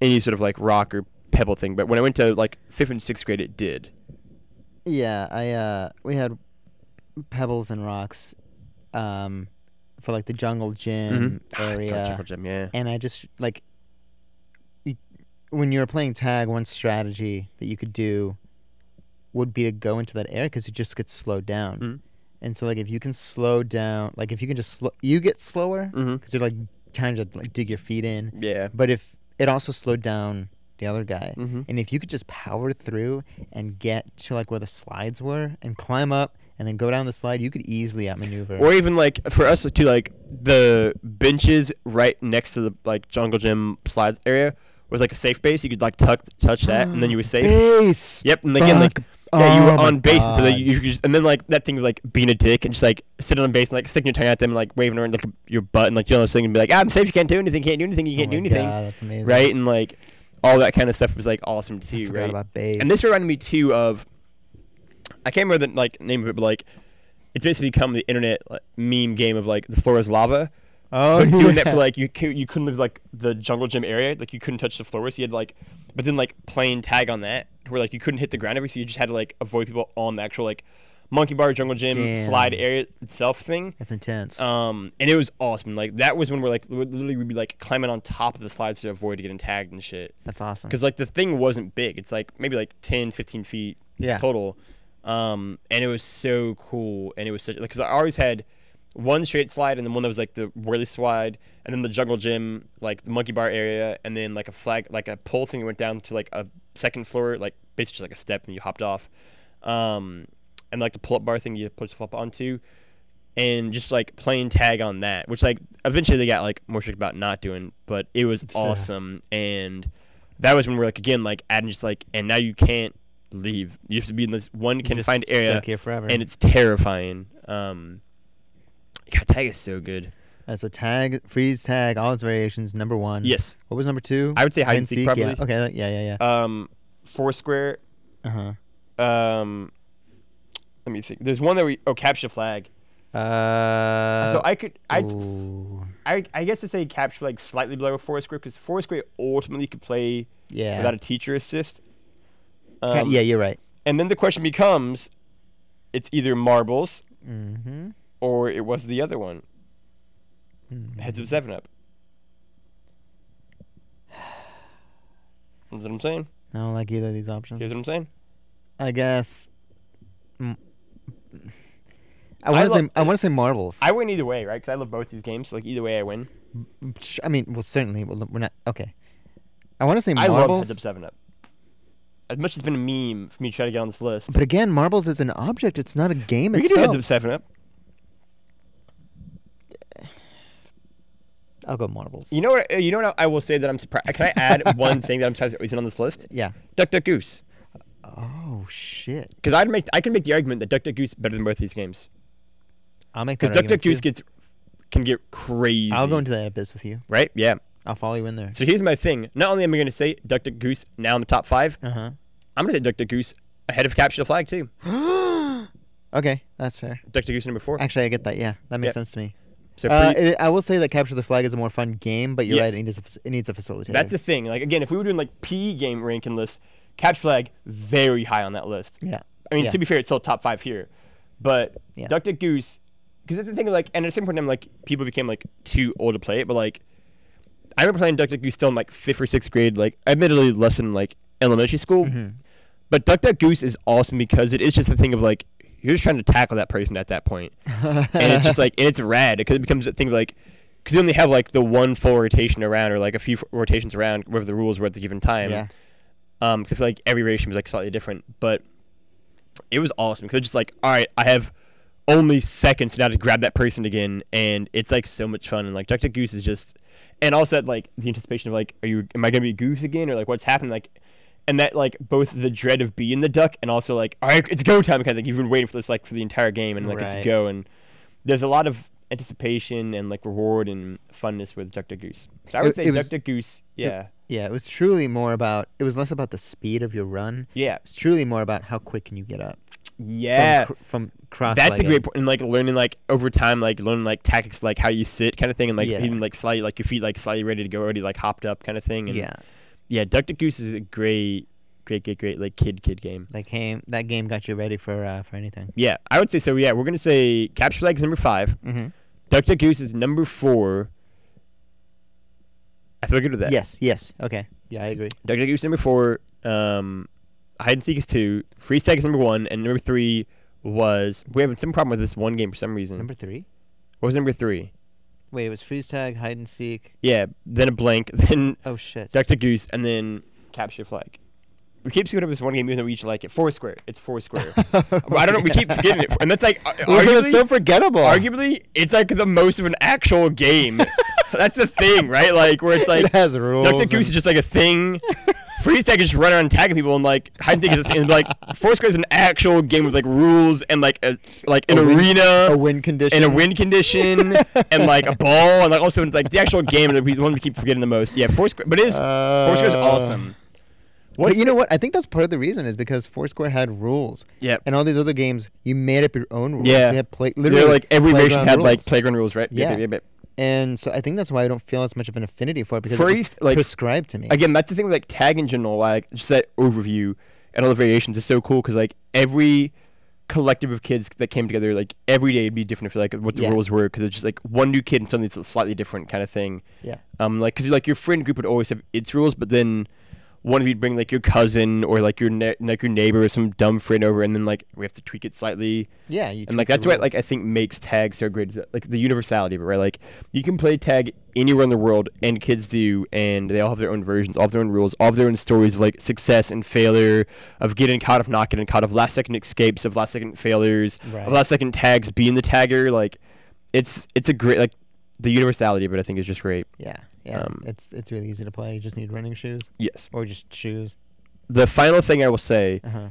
Speaker 2: any sort of like rock or pebble thing. But when I went to like fifth and sixth grade, it did.
Speaker 1: Yeah, I uh we had pebbles and rocks um for like the jungle gym
Speaker 2: Mm-hmm. Ah, God,
Speaker 1: area.
Speaker 2: Jungle Gym, yeah.
Speaker 1: And I just like y- when you were playing tag, one strategy that you could do would be to go into that area because it just gets slowed down.
Speaker 2: Mhm.
Speaker 1: And so like if you can slow down, like if you can just slow, you get slower
Speaker 2: hmm
Speaker 1: because you're like trying to like dig your feet in.
Speaker 2: Mm-hmm. Yeah.
Speaker 1: But if it also slowed down the other guy,
Speaker 2: hmm
Speaker 1: and if you could just power through and get to like where the slides were and climb up and then go down the slide, you could easily outmaneuver.
Speaker 2: Or even like for us to like the benches right next to the like jungle gym slides area was like a safe base. You could like tuck touch that and then you were safe.
Speaker 1: base.
Speaker 2: Yep, and again like
Speaker 1: Fuck.
Speaker 2: yeah, you
Speaker 1: Oh
Speaker 2: were
Speaker 1: my
Speaker 2: on base, and so that
Speaker 1: God.
Speaker 2: you could just, and then like that thing of like being a dick and just like sitting on base and like sticking your tongue at them and like waving around like your butt and like doing all this thing and be like, ah, I'm safe. You can't do anything. Can't do anything. You
Speaker 1: Oh
Speaker 2: can't do
Speaker 1: my
Speaker 2: anything.
Speaker 1: God, that's amazing.
Speaker 2: Right, and like all that kind of stuff was like awesome
Speaker 1: I
Speaker 2: too.
Speaker 1: forgot
Speaker 2: right,
Speaker 1: about base.
Speaker 2: and this reminded me too of I can't remember the like name of it, but like it's basically become the internet like, meme game of like the floor is lava.
Speaker 1: oh,
Speaker 2: but doing that
Speaker 1: yeah.
Speaker 2: for like you cou- you couldn't live like the jungle gym area, like you couldn't touch the floor, so you had like but then like playing tag on that where like you couldn't hit the ground every so you just had to like avoid people on the actual like monkey bar jungle gym
Speaker 1: Damn.
Speaker 2: slide area itself thing.
Speaker 1: that's intense.
Speaker 2: Um, and it was awesome. Like that was when we're like li- literally we'd be like climbing on top of the slides to avoid getting tagged and shit
Speaker 1: that's awesome.
Speaker 2: because like the thing wasn't big it's like maybe like 10 15 feet
Speaker 1: Yeah.
Speaker 2: total um and it was so cool and it was such like because i always had one straight slide and then one that was like the whirly slide and then the jungle gym like the monkey bar area and then like a flag like a pole thing that went down to like a second floor like basically just like a step and you hopped off um and like the pull-up bar thing you put yourself up onto and just like playing tag on that, which like eventually they got like more strict about not doing, but it was
Speaker 1: uh,
Speaker 2: awesome. And that was when we're like again like adding just like and now you can't leave. You have to be in this one
Speaker 1: You
Speaker 2: confined
Speaker 1: just
Speaker 2: area,
Speaker 1: stuck here forever.
Speaker 2: and it's terrifying. Um, God, tag is so good.
Speaker 1: Alright, so tag, freeze tag, all its variations. Number one.
Speaker 2: Yes,
Speaker 1: What was number two?
Speaker 2: I would say hide
Speaker 1: Hide
Speaker 2: and seek probably.
Speaker 1: Hmm. Yeah. E. Okay. like- Yeah. Yeah.
Speaker 2: Um, Foursquare.
Speaker 1: Yeah. Uh huh.
Speaker 2: Um, let me think. There's one that we oh capture flag.
Speaker 1: Uh.
Speaker 2: so I could I
Speaker 1: ooh.
Speaker 2: I, I guess to say capture flag slightly below Foursquare because Foursquare ultimately could play
Speaker 1: yeah.
Speaker 2: without a teacher assist.
Speaker 1: Ca-
Speaker 2: Um,
Speaker 1: yeah. You're right.
Speaker 2: And then the question becomes, it's either marbles
Speaker 1: Mm-hmm.
Speaker 2: or it was the other one,
Speaker 1: Hmm.
Speaker 2: heads of seven up. That's what I'm saying.
Speaker 1: I don't like either of these options.
Speaker 2: Here's what I'm saying.
Speaker 1: I guess. mm, I
Speaker 2: I
Speaker 1: want to say
Speaker 2: love-
Speaker 1: I want to say marbles.
Speaker 2: I win either way, right? Because I love both these games. So like either way, I win.
Speaker 1: Sh- I mean, well, certainly well, we're not okay. I want to say
Speaker 2: I love heads
Speaker 1: marbles,
Speaker 2: up seven up. As much as it's been a meme for me to try to get on this list,
Speaker 1: but again, marbles is an object. It's not a game
Speaker 2: we can do
Speaker 1: itself.
Speaker 2: heads up seven up.
Speaker 1: I'll go marbles.
Speaker 2: You know what? uh, You know what? I will say that I'm surprised. Can I add one thing that I'm surprised isn't on this list?
Speaker 1: Yeah.
Speaker 2: Duck Duck Goose,
Speaker 1: Oh shit.
Speaker 2: because I'd make I can make the argument that Duck Duck Goose is better than both these games
Speaker 1: I'll make that
Speaker 2: because Duck Duck
Speaker 1: argument, too.
Speaker 2: Goose gets can get crazy.
Speaker 1: I'll go into that abyss with you.
Speaker 2: right. Yeah.
Speaker 1: I'll follow you in there.
Speaker 2: So here's my thing. Not only am I going to say Duck Duck Goose now in the top five,
Speaker 1: Uh
Speaker 2: I'm going to say Duck Duck Goose ahead of Capture the Flag too.
Speaker 1: huh. okay, that's fair.
Speaker 2: Duck Duck Goose number four.
Speaker 1: Actually, I get that. Yeah, that makes
Speaker 2: Yeah.
Speaker 1: sense to me.
Speaker 2: So for
Speaker 1: Uh,
Speaker 2: you-
Speaker 1: it, I will say that capture the flag is a more fun game, but you're
Speaker 2: Yes.
Speaker 1: right. It needs, a, fac- it needs a facilitator.
Speaker 2: that's the thing. Like again, if we were doing like PE game ranking list, Capture Flag very high on that list.
Speaker 1: yeah.
Speaker 2: I mean,
Speaker 1: Yeah.
Speaker 2: to be fair, it's still top five here, but
Speaker 1: Yeah.
Speaker 2: Duck Duck Goose, because that's the thing. Like, and at a certain point, I'm like, people became like too old to play it, but like, I remember playing Duck Duck Goose still in like fifth or sixth grade. Like, admittedly, less in like elementary school,
Speaker 1: Mm-hmm.
Speaker 2: but Duck Duck Goose is awesome because it is just a thing of like you're just trying to tackle that person at that point, and it's just like and it's rad because it becomes a thing of like. Because you only have like the one full rotation around, or like a few f- rotations around, whatever the rules were at the given time.
Speaker 1: Yeah.
Speaker 2: Um, 'cause I feel like every iteration was like slightly different, but it was awesome because just like, all right, I have only seconds now to grab that person again, and it's like so much fun. And like, Duck Duck Goose is just, and also that, like the anticipation of like, are you, am I gonna be goose again, or like what's happening, like, and that like both the dread of being the duck, and also like, all right, it's go time kind of thing. You've been waiting for this like for the entire game, and like
Speaker 1: Right.
Speaker 2: it's go, and there's a lot of anticipation and like reward and funness with Duck Duck Goose. So I would
Speaker 1: It-
Speaker 2: say
Speaker 1: it was-
Speaker 2: Duck Duck Goose, yeah,
Speaker 1: Yeah, it was truly more about. It was less about the speed of your run.
Speaker 2: yeah,
Speaker 1: It's truly more about how quick can you get up. from
Speaker 2: yeah.
Speaker 1: cr- From, cross.
Speaker 2: That's a great point. And like learning like over time, like learning like tactics, like how you sit kind of thing, and like
Speaker 1: Yeah.
Speaker 2: even like slightly like your feet like slightly ready to go, already like hopped up kind of thing. And
Speaker 1: Yeah,
Speaker 2: yeah, Duck Duck Goose is a great, great, great, great like kid kid game.
Speaker 1: that game. That game got you ready for uh, for anything.
Speaker 2: Yeah, I would say so. Yeah, we're gonna say Capture Flag is number five.
Speaker 1: Mm-hmm.
Speaker 2: Duck Duck Goose is number four. I feel good with that.
Speaker 1: Yes. Yes. Okay. Yeah, I agree.
Speaker 2: Duck Duck Goose is number four. Um, Hide and Seek is two. Free Stack is number one, and number three was we're having some problem with this one game for some reason.
Speaker 1: Number three.
Speaker 2: what was number three?
Speaker 1: Wait, it was freeze tag, hide and seek.
Speaker 2: Yeah, then a blank, then
Speaker 1: Oh shit.
Speaker 2: Duck Duck Goose, and then Capture Flag. We keep screwing up this one game, even though we each like it. Foursquare. It's Foursquare. Well, I don't know. We keep forgetting it. And that's like, ar-
Speaker 1: Look, it
Speaker 2: arguably,
Speaker 1: was so forgettable.
Speaker 2: arguably, it's like the most of an actual game. that's the thing, right? Like, where it's like,
Speaker 1: it has rules.
Speaker 2: Duck Duck Goose is just like a thing. Freeze Tag is just running around attacking people and like hide and seek is a thing. And, like, Foursquare is an actual game with like rules and like a, like an
Speaker 1: A win-
Speaker 2: arena
Speaker 1: a win condition.
Speaker 2: and a wind condition and like a ball and like also it's like the actual game that we the one we keep forgetting the most. Yeah, Foursquare, but it is Foursquare is
Speaker 1: Uh,
Speaker 2: awesome.
Speaker 1: But you know what? I think that's part of the reason is because Foursquare had rules.
Speaker 2: Yeah,
Speaker 1: And all these other games, you made up your own rules.
Speaker 2: Yeah.
Speaker 1: You had play,
Speaker 2: literally
Speaker 1: literally
Speaker 2: like every version
Speaker 1: playground
Speaker 2: had like
Speaker 1: rules.
Speaker 2: playground rules, right?
Speaker 1: Yeah. And so I think that's why I don't feel as much of an affinity for it because
Speaker 2: For
Speaker 1: it was
Speaker 2: East, like-
Speaker 1: prescribed to me.
Speaker 2: Again, that's the thing with like tag in general, like just that overview and all the variations is so cool because like every collective of kids that came together, like every day would be different for like what the
Speaker 1: Yeah.
Speaker 2: rules were because it's just like one new kid and something that's slightly different kind of thing.
Speaker 1: yeah.
Speaker 2: Um, like, cause like your friend group would always have its rules, but then one of you'd bring like your cousin or like your ne- like your neighbor or some dumb friend over, and then like we have to tweak it slightly,
Speaker 1: Yeah. You
Speaker 2: and
Speaker 1: tweak
Speaker 2: like that's
Speaker 1: the
Speaker 2: what
Speaker 1: rules.
Speaker 2: like I think makes tag so great, is that, like the universality of it, right? Like you can play tag anywhere in the world, and kids do, and they all have their own versions, all have their own rules, all have their own stories of like success and failure, of getting caught, of not getting caught, of last second escapes, of last second failures,
Speaker 1: Right.
Speaker 2: of last second tags, being the tagger, like it's it's a great like the universality of it, I think is just great.
Speaker 1: Yeah. Yeah.
Speaker 2: um,
Speaker 1: it's it's really easy to play. You just need running shoes
Speaker 2: Yes.
Speaker 1: or just shoes.
Speaker 2: The final thing I will say,
Speaker 1: Uh huh.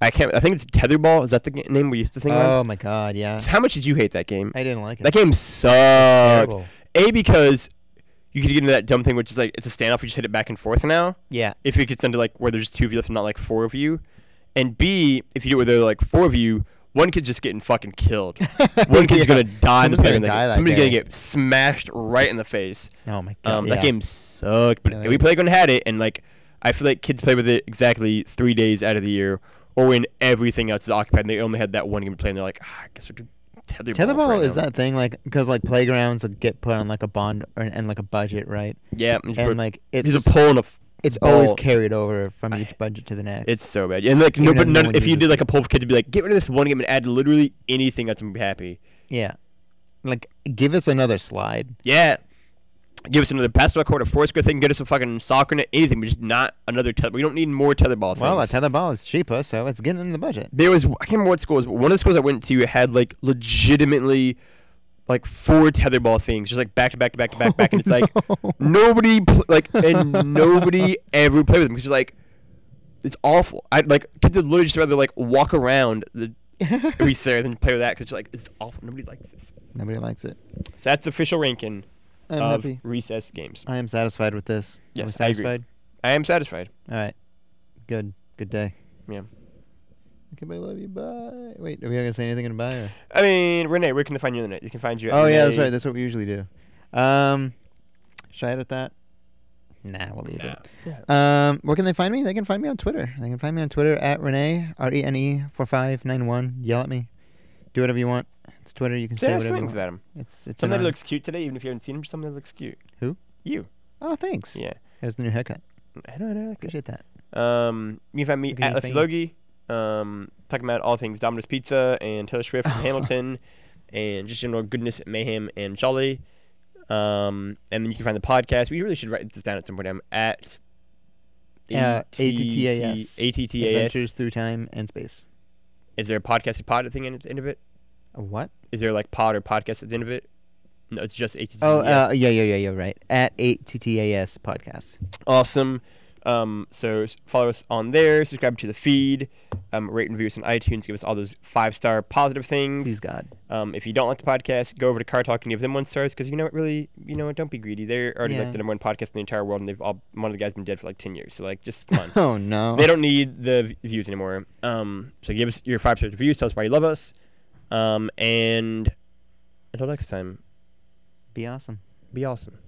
Speaker 2: I can't. I think it's tetherball. Is that the g- name we used to think
Speaker 1: Oh
Speaker 2: of?
Speaker 1: my god. Yeah.
Speaker 2: How much did you hate that game?
Speaker 1: I didn't like it.
Speaker 2: That game sucked.
Speaker 1: terrible.
Speaker 2: A because you could get into that dumb thing, which is like it's a standoff. You just hit it back and forth now.
Speaker 1: Yeah.
Speaker 2: If it gets into like where there's two of you left and not like four of you, and B if you do it where there are like four of you, one kid's just getting fucking killed. one kid's
Speaker 1: Yeah.
Speaker 2: gonna die. in
Speaker 1: Someone's
Speaker 2: the
Speaker 1: gonna
Speaker 2: playground.
Speaker 1: die that
Speaker 2: Somebody's
Speaker 1: day.
Speaker 2: gonna get smashed right in the face.
Speaker 1: Oh my god.
Speaker 2: Um,
Speaker 1: yeah.
Speaker 2: That game sucked, but
Speaker 1: Yeah, that
Speaker 2: we
Speaker 1: game-
Speaker 2: played when it had it, and like I feel like kids play with it exactly three days out of the year, or when everything else is occupied, and they only had that one game to play, and they're like, ah, I guess we're doing tetherball. for
Speaker 1: Tetherball
Speaker 2: right
Speaker 1: is
Speaker 2: now."
Speaker 1: that thing like because like playgrounds will get put on like a bond or, and like a budget, right?
Speaker 2: Yeah, and,
Speaker 1: And like it's
Speaker 2: he's a
Speaker 1: just-
Speaker 2: pole and a. f-
Speaker 1: it's always
Speaker 2: ball.
Speaker 1: carried over from each budget to the next.
Speaker 2: It's so bad, and like no,
Speaker 1: Even
Speaker 2: but
Speaker 1: if no
Speaker 2: none,
Speaker 1: one
Speaker 2: if you
Speaker 1: uses
Speaker 2: did like a poll for kids, to be like, get rid of this one game and add literally anything else and be happy.
Speaker 1: yeah, like give us another slide.
Speaker 2: Yeah, give us another basketball court, a four square thing, get us a fucking soccer net, anything, but just not another tether. We don't need more tetherball things.
Speaker 1: Well, a tetherball is cheaper, so it's getting in the budget.
Speaker 2: there was I can't remember what school it was, but one of the schools I went to had like legitimately like four tetherball things, just like back to back to back to back back,
Speaker 1: Oh,
Speaker 2: and it's like nobody pl- like and nobody ever played with them because like it's awful. I like kids would literally just rather like walk around the Reese there than play with that because like it's awful. Nobody likes this.
Speaker 1: Nobody likes it.
Speaker 2: So that's the official ranking
Speaker 1: I'm
Speaker 2: of
Speaker 1: happy.
Speaker 2: recess games.
Speaker 1: I am satisfied with this. Are we
Speaker 2: Yes, I agree.
Speaker 1: satisfied?
Speaker 2: I am satisfied.
Speaker 1: All right. Good. Good day.
Speaker 2: Yeah.
Speaker 1: Okay, but I love you. Bye. Wait, are we gonna say anything in bye? Or?
Speaker 2: I mean, Renee, where can they find you on the net? You can find you. At
Speaker 1: Oh yeah, that's
Speaker 2: Renee-
Speaker 1: right. That's what we usually do. Um, should I edit that? Nah, we'll leave
Speaker 2: Nah.
Speaker 1: it. Um, where can they find me? They can find me on Twitter. They can find me on Twitter at Renee R E N E four five nine one. Yell at me. Do whatever you want. It's Twitter. You can say
Speaker 2: Say nice
Speaker 1: whatever. You
Speaker 2: things
Speaker 1: want.
Speaker 2: about him.
Speaker 1: It's it's
Speaker 2: Something that
Speaker 1: anonymous.
Speaker 2: looks cute today, even if you haven't seen him. Something that looks cute.
Speaker 1: Who?
Speaker 2: You.
Speaker 1: Oh, thanks.
Speaker 2: Yeah.
Speaker 1: Here's the new haircut.
Speaker 2: I know. I know. I like it.
Speaker 1: Appreciate that.
Speaker 2: Um, you can find me
Speaker 1: Look at
Speaker 2: at
Speaker 1: you,
Speaker 2: Lefty Logie, um, talking about all things Domino's Pizza and Taylor Swift and Hamilton, and just general goodness, mayhem, and jolly. Um, and then you can find the podcast. We really should write this down at some point. I'm at
Speaker 1: Uh, ATTAS.
Speaker 2: ATTAS.
Speaker 1: Adventures through time and space.
Speaker 2: Is there a podcast pod thing at the end of it?
Speaker 1: A what?
Speaker 2: Is there like pod or podcast at the end of it? No, it's just ATTAS.
Speaker 1: Oh, uh, yeah, yeah, yeah, yeah. Right. At eight TTAS podcast.
Speaker 2: awesome. Um, so s- follow us on there, subscribe to the feed, um, rate and review us on iTunes, give us all those five star positive things.
Speaker 1: Please God.
Speaker 2: Um, if you don't like the podcast, go over to Car Talk and give them one stars because you know what really, you know what, don't be greedy. They're already
Speaker 1: Yeah.
Speaker 2: like the number one podcast in the entire world, and they've all one of the guys been dead for like ten years. So like, just come on.
Speaker 1: Oh no.
Speaker 2: they don't need the v- views anymore. Um, so give us your five star reviews. Tell us why you love us. Um, and until next time,
Speaker 1: Be awesome.
Speaker 2: be awesome.